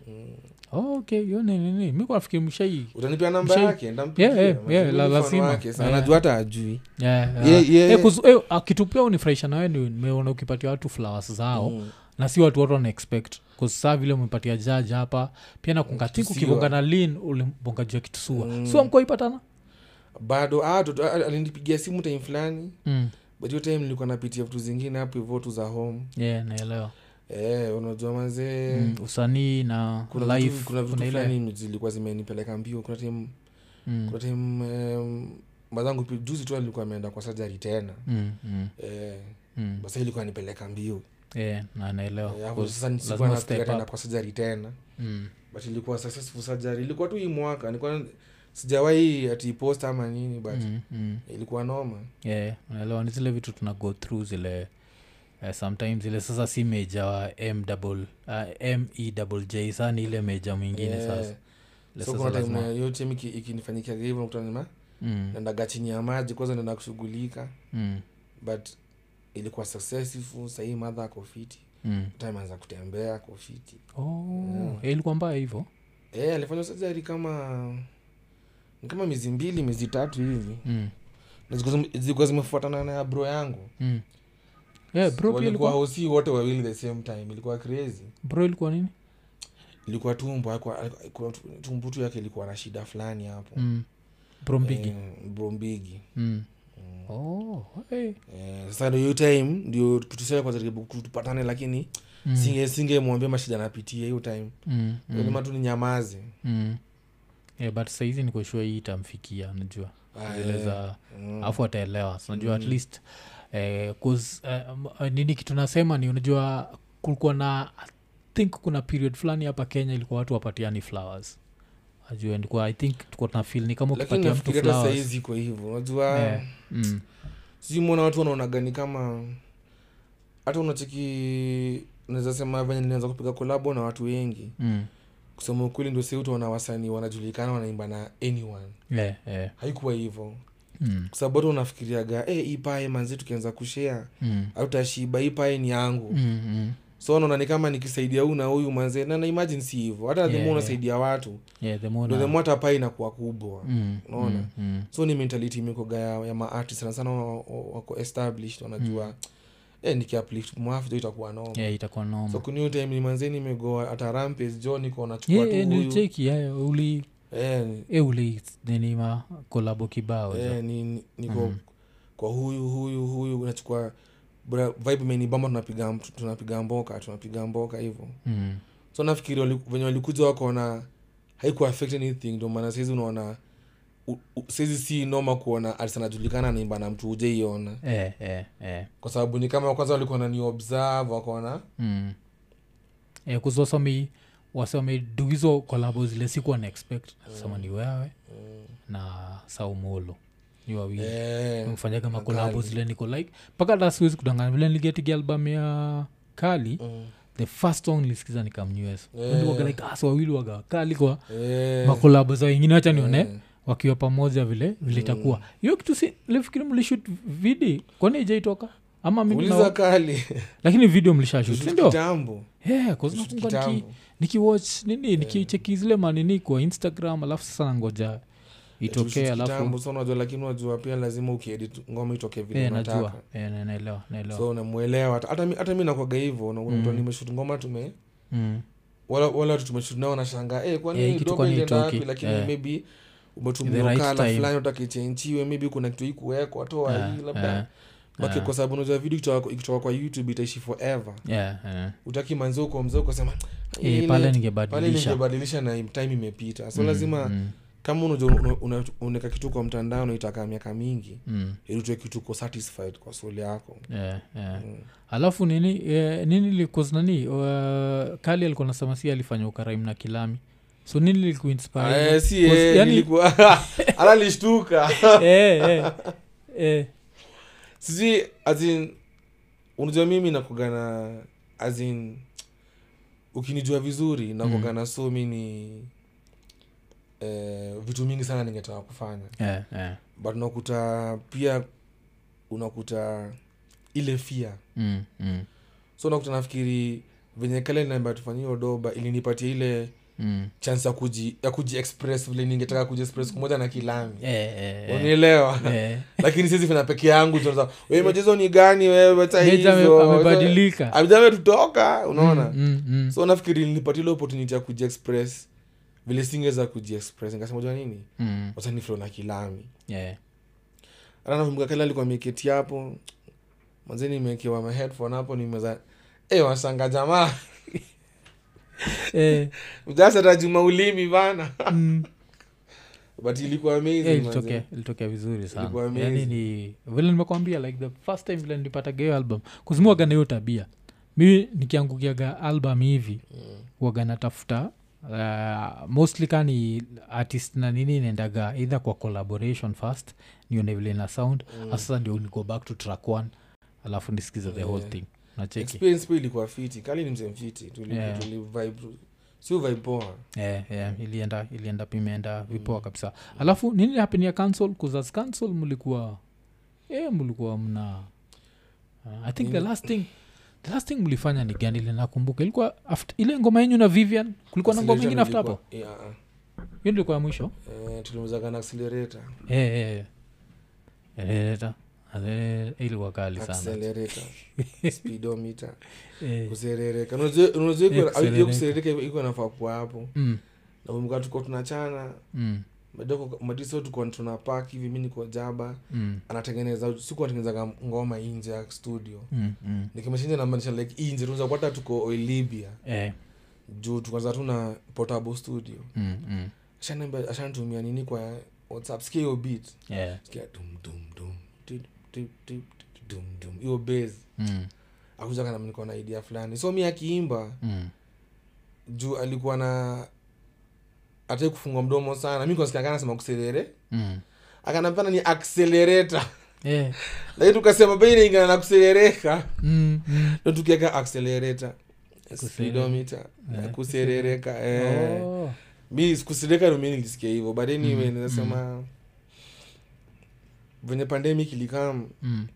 Speaker 2: Oh, okay hiyo ni nini mi kwa nafikiri mshai
Speaker 1: utanipea namba
Speaker 2: Mshai-
Speaker 1: yake ndampigia.
Speaker 2: Yeah, yeah,
Speaker 1: Mazuri
Speaker 2: yeah, la-
Speaker 1: ni fan
Speaker 2: lazima.
Speaker 1: wake, sana
Speaker 2: Yeah.
Speaker 1: najua hata ajui
Speaker 2: yeah, yeah.
Speaker 1: Yeah, yeah,
Speaker 2: Eh,
Speaker 1: yeah.
Speaker 2: kuzu- eh, ah, kitu pia unifurahisha nawe ni nimeona ukipatia watu flowers zao
Speaker 1: Mm.
Speaker 2: na si watu watu wanaexpect saa vile umepatia jaji hapa pia nakungatik
Speaker 1: Kitusiwa.
Speaker 2: ukibonga na lin ulibonga juu ya kitusua
Speaker 1: Mm.
Speaker 2: sua mkoipatana
Speaker 1: bado ah, tu- tu- ah, alinipigia simu time fulani but hiyo time nilikuwa napitia vitu zingine hapo hivo tu za home
Speaker 2: yeah, naelewa
Speaker 1: eh, unajua mazee
Speaker 2: mm. usanii na
Speaker 1: kuna
Speaker 2: life,
Speaker 1: vitu, kuna vitu
Speaker 2: kuna ile-
Speaker 1: fulani zilikuwa zimenipeleka mbio kuna tim
Speaker 2: Mm,
Speaker 1: kuna tim um, mazangu pi- juzi tu alikuwa ameenda kwa sajari tena
Speaker 2: mm, mm,
Speaker 1: eh,
Speaker 2: mm.
Speaker 1: basa ilikuwa nipeleka mbio
Speaker 2: Yeah, na naelewa
Speaker 1: Eh, hapo
Speaker 2: Because
Speaker 1: sasa nisikuwa
Speaker 2: lazima
Speaker 1: nafikiria
Speaker 2: step
Speaker 1: tena
Speaker 2: up.
Speaker 1: kwa sajari tena
Speaker 2: Mm,
Speaker 1: but ilikuwa successful surgery ilikuwa tu hii mwaka nilikuwa sijawahi ati post ama nini but
Speaker 2: mm, mm.
Speaker 1: ilikuwa noma
Speaker 2: yeah, unaelewa ni zile vitu tuna go through zile uh, sometimes ile sasa si meja wa m double uh, me double j saa ni ile meja mwingine
Speaker 1: Yeah.
Speaker 2: sasa Ile
Speaker 1: Eh, so
Speaker 2: sasa
Speaker 1: kuna time eh,
Speaker 2: lazima-
Speaker 1: ya hiyo tim iki- ikinifanyikia hivyo nakuta nima
Speaker 2: Mm,
Speaker 1: naendaga chini ya maji kwanza naenda kushughulika
Speaker 2: mm,
Speaker 1: but ilikuwa successful sahii madha ako fiti
Speaker 2: mm.
Speaker 1: time anza kutembea ako fiti
Speaker 2: Oh,
Speaker 1: Yeah.
Speaker 2: eh, ilikuwa mbaya hivo
Speaker 1: Eh, alifanya sajari kama ni kama miezi mbili miezi tatu hivi
Speaker 2: mm,
Speaker 1: Na zilikuwa- zilikuwa zimefuatana na ya bro yangu
Speaker 2: mm. yeah, bro, pia
Speaker 1: walikuwa
Speaker 2: ilikuwa,
Speaker 1: hosi wote wawili the same time ilikuwa crazy
Speaker 2: bro ilikuwa nini
Speaker 1: ilikuwa tumbo alikuwa- alikuwa- tumbo tu yake ilikuwa na shida fulani hapo
Speaker 2: mm. bro mbigi
Speaker 1: Eh, bro mbigi
Speaker 2: mm. oh, hey.
Speaker 1: Eh, sasa ndio hiyo time ndio kitusee kwa jaribu tupatane lakini
Speaker 2: Mm.
Speaker 1: singe singemwambia mashida napitia hiyo time
Speaker 2: mm, mm,
Speaker 1: mm. tu ni nyamaze
Speaker 2: mm. yeah, but saizi nikoshua hii itamfikia najua
Speaker 1: Ah,
Speaker 2: zile
Speaker 1: eh.
Speaker 2: za
Speaker 1: Mm. Mm-hmm.
Speaker 2: alafu ataelewa unajua at least eh, 'cause, eh, m- eh, nini kitu nasema ni unajua kulikuwa na i think kuna period fulani hapa kenya ilikuwa watu wapatiani flowers ajua ndikuwa i think tuko tuna feel ni kama
Speaker 1: lakini
Speaker 2: ukipatia mtu
Speaker 1: nafikiri hata uh,
Speaker 2: flowers
Speaker 1: sahizi iko hivyo unajua
Speaker 2: eh, mm,
Speaker 1: sijui mwona watu wanaonagani kama hata unacheki naweza sema venye nilianza kupiga kolabo na watu wengi
Speaker 2: mm,
Speaker 1: kusema ukweli ndio sahii utaona wasanii wanajulikana wanaimba na anyone
Speaker 2: eh, eh,
Speaker 1: haikuwa hivyo
Speaker 2: mm,
Speaker 1: kwa sababu watu wanafikiriaga e, hii pae manzi tukianza kushea
Speaker 2: mm,
Speaker 1: autashiba hii pae ni yangu
Speaker 2: mm, mm.
Speaker 1: so naona ni kama nikisaidia huyu na huyu manze na na imagine si hivyo hata
Speaker 2: Yeah,
Speaker 1: yeah,
Speaker 2: yeah.
Speaker 1: unasaidia watu
Speaker 2: Yeah, the more
Speaker 1: ndio
Speaker 2: na-
Speaker 1: themu hata pae inakuwa kubwa
Speaker 2: mm,
Speaker 1: unaona?
Speaker 2: mm, mm,
Speaker 1: so ni mentality imekoga ya, ya maartist sana sana wa- wa- wako established wanajua mm. eh, nikiuplift mwafi to itakuwa noma
Speaker 2: yeah, itakuwa noma
Speaker 1: so kuniu time ni manzeni imegoa hata rampage jo niko nachukua
Speaker 2: yeah,
Speaker 1: tu
Speaker 2: yeah,
Speaker 1: huyu.
Speaker 2: nilicheki yeah, uli
Speaker 1: Eh, ni-
Speaker 2: eh, uli ninima kolabo kibao hizo.
Speaker 1: eh, ni- ni- niko kwa huyu huyu huyu nachukua bra- vibe imenibamba tunapiga mtu- tunapiga mboka tunapiga mboka hivyo
Speaker 2: mm,
Speaker 1: so nafikiri wali- venye walikuja wakaona haiku affect anything ndio maana saizi unaona u- u- saizi si noma kuona alisanajulikana naimba na mtu hujaiona
Speaker 2: eh, eh, eh.
Speaker 1: kwa sababu ni kama kwanza walikuwa nani observe wakaona
Speaker 2: mm. e, kuzwasami wasame du hizo kolabo zile sikuwa na expect sema ni wewe na saumolo ni wawili
Speaker 1: eh,
Speaker 2: mfanyaga
Speaker 1: na
Speaker 2: makolabo
Speaker 1: Kali.
Speaker 2: zile niko like mpaka da siwezi kudangana vile niligetiga album ya kali
Speaker 1: mm,
Speaker 2: the first song nilisikiza nikamnyues
Speaker 1: Eh.
Speaker 2: like as wawili waga kali kwa
Speaker 1: eh,
Speaker 2: makolabo za wengine wacha nione
Speaker 1: eh. Mm.
Speaker 2: wakiwa pamoja vile vile itakuwa hiyo kitu si lifikiri mlishut video kwani ijaitoka ama mimi
Speaker 1: uliza
Speaker 2: na-
Speaker 1: kali
Speaker 2: lakini video mlishashut
Speaker 1: (laughs)
Speaker 2: sindio
Speaker 1: kitambo
Speaker 2: Yeah, 'cause
Speaker 1: Vitu
Speaker 2: nakumbuka niki-
Speaker 1: kitambo.
Speaker 2: nikiwatch nini nikicheki zile manini kwa instagram alafu sasa nangoja itokee
Speaker 1: Vitu
Speaker 2: alafu
Speaker 1: kitambo, so unajua lakini unajua pia lazima ukiedit ngoma itoke vile
Speaker 2: Eh, najua
Speaker 1: unataka
Speaker 2: Eh, na- naelewa naelewa
Speaker 1: so unamwelewa Hata- hata mi- hata mi nakwaga hivo
Speaker 2: Mm.
Speaker 1: nakuta nimeshut ngoma tume
Speaker 2: Mm,
Speaker 1: wala wala watu tumeshut nao nashangaa eh, kwani
Speaker 2: Eh, hii
Speaker 1: hii
Speaker 2: kitu
Speaker 1: dobe
Speaker 2: kwani
Speaker 1: ilienda
Speaker 2: haitoki?"
Speaker 1: wapi?" lakini
Speaker 2: Eh.
Speaker 1: maybe
Speaker 2: The
Speaker 1: umetumia
Speaker 2: right
Speaker 1: ukala
Speaker 2: time.
Speaker 1: fulani utakichenchiwe maybe kuna kitu hii kuwekwa toa
Speaker 2: eh,
Speaker 1: hii labda
Speaker 2: eh,
Speaker 1: Maki
Speaker 2: eh.
Speaker 1: kwa sababu unajua video ikitoka- ikitoka kwa youtube itaishi forever
Speaker 2: Yeah, eh.
Speaker 1: utaki manzoko mzoko sema
Speaker 2: Eh,
Speaker 1: "Ah, "Ile-
Speaker 2: pale
Speaker 1: pale
Speaker 2: ningebadilisha
Speaker 1: ningebadilisha na im- time imepita so
Speaker 2: Mm,
Speaker 1: lazima
Speaker 2: mm,
Speaker 1: kama unajua una- una- unaweka kitu kwa mtandao naitaka miaka mingi
Speaker 2: mm.
Speaker 1: ili utue Yaani kitu ko satisfied kwa soli yako
Speaker 2: Yeah, yeah.
Speaker 1: Mm.
Speaker 2: alafu nini eh, nini likus nani uh, kali alikuwa nasema si alifanya ukaraim na kilami so nini
Speaker 1: Ah, eh,
Speaker 2: likuinspire
Speaker 1: si
Speaker 2: Cause-
Speaker 1: yeye,
Speaker 2: yani-
Speaker 1: nilikuwa- ala lishtuka
Speaker 2: eh, eh,
Speaker 1: (laughs)
Speaker 2: eh.
Speaker 1: sijui azin unajua mimi nakugana azin ukinijua vizuri nakugana so mi ni eh, vitu mingi sana ningetaka kufanya
Speaker 2: Eh, eh.
Speaker 1: but unakuta pia unakuta ile fia
Speaker 2: Mm, mm,
Speaker 1: so unakuta nafikiri venye kale namba tufanyia odoba ilinipatia ile
Speaker 2: mm.
Speaker 1: chance ya kuji ya kujiexpress vile ningetaka kujiexpress kumoja na kilami
Speaker 2: Eh, eh, eh.
Speaker 1: unielewa
Speaker 2: Eh.
Speaker 1: (laughs) lakini sizi fanya peke yangu tunaza we machezo ni gani wewe ta
Speaker 2: Meja ame-
Speaker 1: hizo
Speaker 2: amebadilika
Speaker 1: ametutoka unaona
Speaker 2: Mm, mm,
Speaker 1: so nafikiri nilipatia ile opportunity ya kujiexpress vile singeweza kujiexpress nikasema jua nini
Speaker 2: mm.
Speaker 1: wacha niflo na kilami
Speaker 2: Yeah.
Speaker 1: hata nakumbuka kale alikuwa ameketi hapo manze nimewekewa ma headphone hapo nimeza e washanga jamaa (laughs)
Speaker 2: Eh,
Speaker 1: mjasa tajuma ulimi bana (laughs)
Speaker 2: mm.
Speaker 1: but ilikuwa amazing
Speaker 2: Eh,
Speaker 1: manze.
Speaker 2: ilitokea ilitokea vizuri
Speaker 1: Ilikuwa
Speaker 2: sana
Speaker 1: amazing.
Speaker 2: yani ni vile nimekwambia like the first time vile nilipataga hiyo album kuzimuaga na hiyo tabia mimi nikiangukiaga album hivi mm. waga natafuta uh, mostly ka ni artist na nini inaendaga either kwa collaboration first nione vile ina sound mm. sasa ndio ni go back to track one alafu nisikize the whole
Speaker 1: Yeah.
Speaker 2: thing nacheki
Speaker 1: experience pia ilikuwa fiti kali ni mzee mfiti tuli,
Speaker 2: Yeah.
Speaker 1: tuli vibe sio vibe poa
Speaker 2: yeah, yeah, Eh, ilienda ilienda pimeenda vipoa
Speaker 1: Mm.
Speaker 2: kabisa alafu nini hapenia council kuzas council mlikuwa eh, mlikuwa mna uh, i think the
Speaker 1: Nini?
Speaker 2: last thing the last thing mlifanya ni gani linakumbuka ilikuwa after, ile ngoma yenyu na vivian kulikuwa na ngoma ingine after hapo hiyo ndio ilikuwa ya mwisho
Speaker 1: tulimezaka uh-uh. Eh, na accelerator
Speaker 2: Eh, eh, eh. Eleleta, elele- ilikuwa kali sana (laughs)
Speaker 1: accelerator speedometer
Speaker 2: Eh,
Speaker 1: kuserereka Unajua- unajua iko-
Speaker 2: Yeah,
Speaker 1: hiyo
Speaker 2: kuserereka.
Speaker 1: kuserereka iko nafaa kuwa hapo
Speaker 2: mm,
Speaker 1: na umka tuko tunachana
Speaker 2: mm,
Speaker 1: madoko madiso tuko tuna park hivi mi niko jaba
Speaker 2: mm,
Speaker 1: anatengeneza siku anatengeneza ngoma nje ya studio
Speaker 2: mm, mm.
Speaker 1: nikimeshinja namaanisha like nje tunaweza kupata tuko libya
Speaker 2: Eh,
Speaker 1: juu tukaanza tuna portable studio
Speaker 2: mm, mm.
Speaker 1: Ashaniambia- ashanitumia nini kwa whatsapp sikia hiyo beat
Speaker 2: Eh,
Speaker 1: sikia dum dum dum tip, tip, tip, tip, dum dum hiyo base
Speaker 2: mm,
Speaker 1: akuja kana niko na idea fulani so mi akiimba
Speaker 2: mm.
Speaker 1: juu alikuwa na atai kufungua mdomo sana mi kasikia kanasema kuserere
Speaker 2: Mm.
Speaker 1: akanapana ni accelerator (laughs)
Speaker 2: Eh,
Speaker 1: lakini tukasema bei inaingana na kuserereka
Speaker 2: mm, mm.
Speaker 1: ndo tukiweka accelerator
Speaker 2: Kuserere-
Speaker 1: speedometer
Speaker 2: Eh,
Speaker 1: kuserereka eh.
Speaker 2: Oh.
Speaker 1: mi kusideka ndo mi nilisikia hivyo but anyway mm. nasema venye pandemic ilikam
Speaker 2: Mm,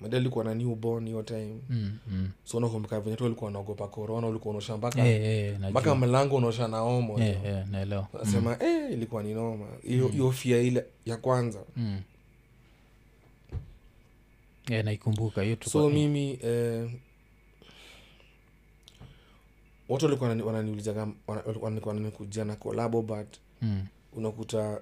Speaker 1: mada alikuwa na newborn hiyo time
Speaker 2: mm, mm.
Speaker 1: so nakumbuka venye tu alikuwa anaogopa korona ulikuwa unaosha mpaka
Speaker 2: Eh, eh, najua.
Speaker 1: mpaka mlango unaosha na omo
Speaker 2: Eh, eh, naelewa
Speaker 1: nasema eh, ilikuwa ni noma hiyo hiyo fia ile ya kwanza
Speaker 2: Mm. Eh, naikumbuka hiyo tulikuwa-
Speaker 1: so mimi eh, watu walikuwa wanani- wananiulizaga wana- walikuwa wananikujia na kolabo but
Speaker 2: Mm.
Speaker 1: unakuta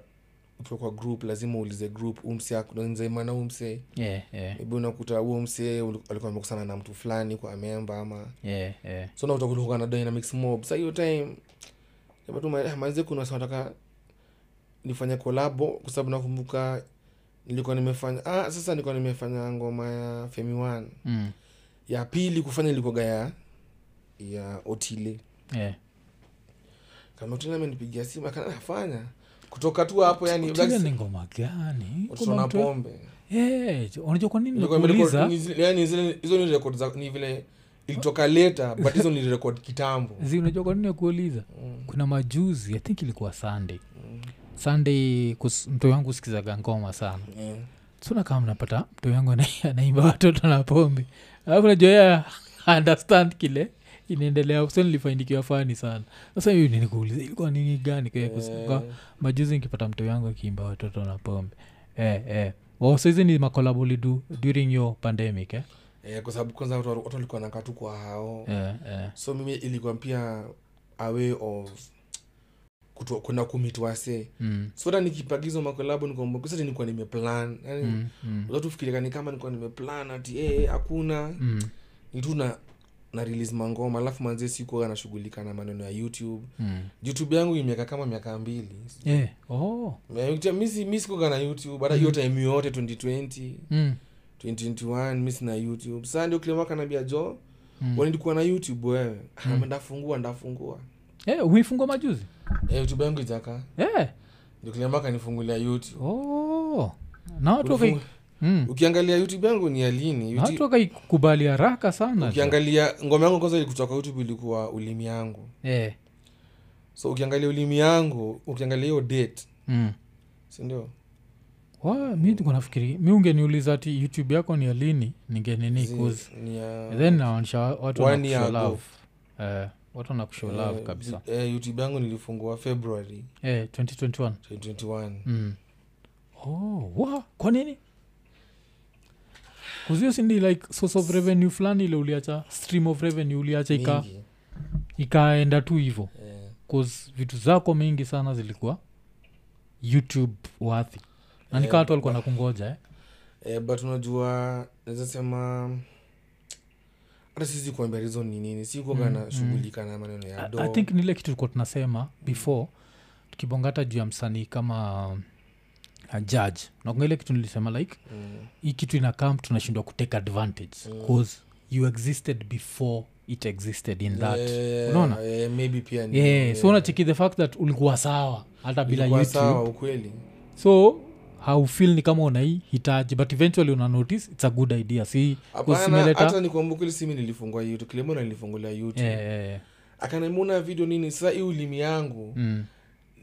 Speaker 1: ukiwa kwa group lazima uulize group umse nzaimana umse
Speaker 2: Eh, eh,
Speaker 1: maybe unakuta huo mse uli- alikuwa amekusana na mtu fulani kwa memba ama
Speaker 2: eh, eh.
Speaker 1: so nakuta kulikuwa na dynamics mob sa hiyo time jamaa tu ma- ah, manze kuna sema nataka nifanye kolabo kwa sababu nakumbuka nilikuwa nimefanya ah, sasa nilikuwa nimefanya ngoma ya femi one
Speaker 2: Mm.
Speaker 1: ya pili kufanya ilikuwaga ya ya otile
Speaker 2: Eh.
Speaker 1: kama otile amenipigia simu akanafanya kutoka tu hapo yani
Speaker 2: Tile ni ngoma gani Kuna
Speaker 1: utona
Speaker 2: mtu-
Speaker 1: pombe
Speaker 2: Eh, unajua kwa nini
Speaker 1: Nilikuwa
Speaker 2: nakuuliza
Speaker 1: nimerekod- ni zile- yani zile- hizo ni record za- ni vile ilitoka leta but hizo ni record kitambo
Speaker 2: zi unajua kwa nini nakuuliza
Speaker 1: Mm.
Speaker 2: kuna majuzi i think ilikuwa sunday sunday kus- mtoi wangu usikizaga ngoma sana
Speaker 1: Yeah.
Speaker 2: sona kama mnapata mtoi wangu ana- (laughs) anaimba watoto na pombe alafu najua ya understand kile inaendelea so nilifaindikiwa fani sana sasa hiyo nikuuliza ilikuwa nini gani kwa kusikia majuzi nikipata mtoi wangu akiimba watoto na pombe eh, eh. Oh, so hizi ni makolabolidu during your pandemic eh?
Speaker 1: Eh, kwa sababu kwanza watu watu walikuwa nakaa tu kwa hao
Speaker 2: Eh, eh.
Speaker 1: so mimi ilikuwa pia a way of kuto- kwenda kumit wase
Speaker 2: Mm,
Speaker 1: so hata nikipagizo makolabo nikomboksati nilikuwa nimeplan yani
Speaker 2: mm, mm,
Speaker 1: unaweza tufikiriaka ni kama nilikuwa nimeplan ati eh, hakuna
Speaker 2: mm,
Speaker 1: ni tu na na release mangoma alafu manzie sikuwa anashughulika na maneno ya youtube
Speaker 2: mm.
Speaker 1: youtube yangu imeka kama miaka mbili
Speaker 2: Eh, oh.
Speaker 1: misikoga na youtube hata
Speaker 2: Mhm.
Speaker 1: hiyo time yote 2020
Speaker 2: Mm,
Speaker 1: 2021 mi sina youtube saa ndio kile mwaka naambia jo
Speaker 2: mm.
Speaker 1: wanidikuwa na youtube wewe mm. ndafungua ndafungua
Speaker 2: Eh, umeifungua majuzi
Speaker 1: e, youtube yangu ijaka
Speaker 2: Eh,
Speaker 1: ndio kile mwaka nifungulia youtube
Speaker 2: oh. na watu wakai-
Speaker 1: Ulifungu-
Speaker 2: mm.
Speaker 1: ukiangalia youtube yangu ni alini
Speaker 2: Na watu wakaikubali haraka sana
Speaker 1: ukiangalia ngoma yangu kwanza ilikutoka youtube ilikuwa ulimi yangu
Speaker 2: Eh,
Speaker 1: so ukiangalia ulimi yangu ukiangalia hiyo date
Speaker 2: mm.
Speaker 1: sindio
Speaker 2: Wa, mi tuko nafikiri mi ungeniuliza ati youtube yako ni alini ningenini kuz
Speaker 1: ni ya
Speaker 2: then naonyesha wa- watu
Speaker 1: uh, One
Speaker 2: wanakushow
Speaker 1: year ago.
Speaker 2: love. Eh, watu wanakushow love
Speaker 1: eh,
Speaker 2: kabisa
Speaker 1: eh, youtube yangu nilifungua february
Speaker 2: eh, 2021
Speaker 1: 2021
Speaker 2: mm. oh, wa kwa nini kuzio sindi like source of revenue fulani ile uliacha stream of revenue uliacha ika,
Speaker 1: Mingi,
Speaker 2: ikaenda tu hivo
Speaker 1: eh.
Speaker 2: bcause vitu zako mingi sana zilikuwa youtube wathi na nikaa
Speaker 1: Eh,
Speaker 2: watu walikuwa nakungoja eh?
Speaker 1: eh, but unajua naweza sema hata sisi kuambia hizo ni nini sikuoga
Speaker 2: mm.
Speaker 1: nashughulika na maneno ya
Speaker 2: Uh, I- i think nile kitu tulikuwa tunasema before tukibongata juu ya msanii kama um, a judge nakunga ile kitu nilisema like
Speaker 1: Mm.
Speaker 2: hii kitu inakam tunashindwa kutake advantage bcause you existed before it existed in that
Speaker 1: Yeah, yeah, yeah,
Speaker 2: unaona
Speaker 1: yeah, Eh, maybe pia ni-
Speaker 2: yeah, so
Speaker 1: yeah.
Speaker 2: unacheki the fact that ulikuwa sawa hata bila
Speaker 1: Ilikuwa
Speaker 2: youtube
Speaker 1: sawa, ukweli
Speaker 2: so haufil ni kama unaihitaji but eventually una notice its a good idea si
Speaker 1: Hapana, hata
Speaker 2: kusimeleta
Speaker 1: nikwambukili simi nilifungua youtube kilemona nilifungulia youtube
Speaker 2: yeah, yeah, yeah.
Speaker 1: akanamona video nini sasa hii ulimi yangu
Speaker 2: mm.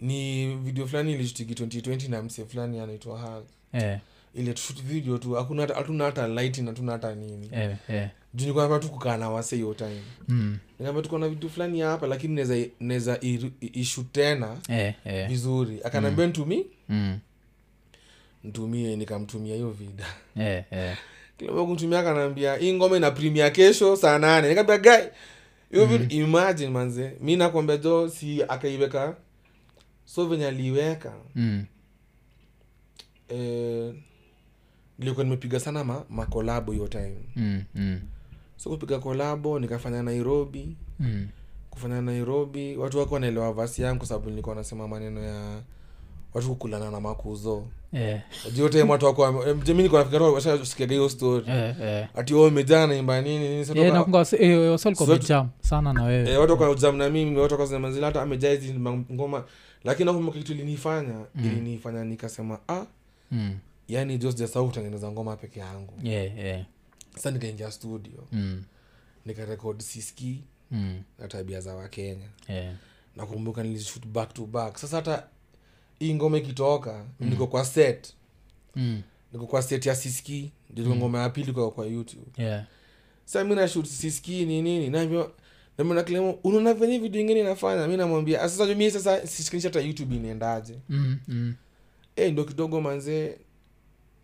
Speaker 1: ni video fulani ilishutiki 2020 na mse fulani anaitwa hal
Speaker 2: yeah,
Speaker 1: ile tushut video tu hakuna hata- hatuna hata lighting hatuna hata nini
Speaker 2: yeah, yeah.
Speaker 1: juu nikwambia tu kukaa na wase hiyo time
Speaker 2: eh, Mm.
Speaker 1: nikaambia tuko na video fulani hapa lakini naweza naweza iru- i- ishoot tena
Speaker 2: yeah, yeah.
Speaker 1: vizuri akanaambia ntumi
Speaker 2: eh, Mm.
Speaker 1: ntumie nikamtumia hiyo video (laughs)
Speaker 2: yeah, yeah.
Speaker 1: kunitumia kanaambia hii ngoma ina primia kesho saa nane nikaambia gai hiyo mm. imagine manze mi nakwambia jo si akaiweka so venye aliiweka
Speaker 2: Mm.
Speaker 1: eh, nilikuwa nimepiga sana ma, makolabo hiyo time
Speaker 2: Mm. Mm.
Speaker 1: so kupiga kolabo nikafanya nairobi
Speaker 2: Mm.
Speaker 1: kufanya nairobi watu wako wanaelewa vasi yangu kwa sababu nilikuwa nasema maneno ya watu kukulana na makuzo
Speaker 2: yeah,
Speaker 1: jiotem watu eh, wakominikonafikirwashasikiaga hiyo story
Speaker 2: yeah, yeah.
Speaker 1: ati o umejaa naimba nini nini Sasa
Speaker 2: Yeah,
Speaker 1: toka-
Speaker 2: nakumbuka wase- eh, wase walikuwa
Speaker 1: Zote-
Speaker 2: wamejam sana na
Speaker 1: Eh,
Speaker 2: wewe
Speaker 1: watu wakanamna mimi watu wakasemazila hata amejaa hizi ma- ngoma lakini nakumbuka kitu ilinifanya ilinifanya nikasema ah
Speaker 2: Mm.
Speaker 1: yani just jasau kutengeneza ngoma peke yangu
Speaker 2: Yeah, yeah.
Speaker 1: sasa nikaingia studio
Speaker 2: Eh, Mm.
Speaker 1: nikarekod siski
Speaker 2: Mm. eh.
Speaker 1: na tabia za wakenya
Speaker 2: Yeah.
Speaker 1: nakumbuka nilishoot back to back sasa hata hii ngoma ikitoka niko kwa set
Speaker 2: Mm.
Speaker 1: niko kwa set ya siski ndio ngoma ya pili kwa, kwa youtube
Speaker 2: Yeah.
Speaker 1: sa mi nashut sisikii ni nini navyo namonakilemo unaona venye video ingine inafanya mi namwambia "Ah, sasa mi sasa sisikinishi hata youtube inaendaje
Speaker 2: Mm. Mm.
Speaker 1: e, ndo kidogo manzee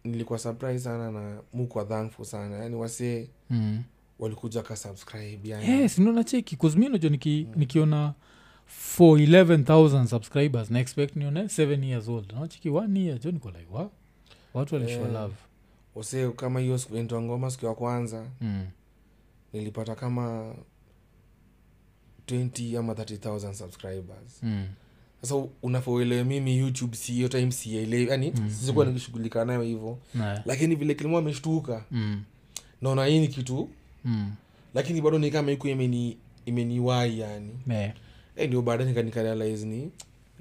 Speaker 1: nilikuwa surprise sana na mukwa thankful sana yani wasee
Speaker 2: Mm.
Speaker 1: walikuja yaani kasubscribe yani
Speaker 2: yes nona cheki kuzmi najo niki, nikiona for 11000 subscribers na expect nione 7 years old nacheki 1 year jo niko like wa watu walishow
Speaker 1: Yeah.
Speaker 2: love
Speaker 1: wasee kama hiyo siku nitoa ngoma siku ya kwanza
Speaker 2: mm.
Speaker 1: nilipata kama 20 ama 30000 subscribers
Speaker 2: Mm.
Speaker 1: sasa u- unafoelewe mimi youtube siyo time sielewi yani
Speaker 2: Mm,
Speaker 1: sikuwa nikishughulika nayo hivyo
Speaker 2: Na,
Speaker 1: lakini vile kilimo ameshtuka
Speaker 2: mm.
Speaker 1: naona hii ni kitu
Speaker 2: Mm.
Speaker 1: lakini bado ni kama iko imeni imeniwai yani
Speaker 2: Yeah.
Speaker 1: e, ndio baadae nika, nika realize ni,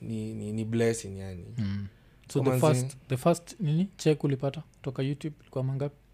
Speaker 1: ni, ni, ni blessing yaani. yani
Speaker 2: Mm. so
Speaker 1: Kama
Speaker 2: the
Speaker 1: nzi-
Speaker 2: first, the first nini check ulipata kutoka youtube ilikuwa mangapi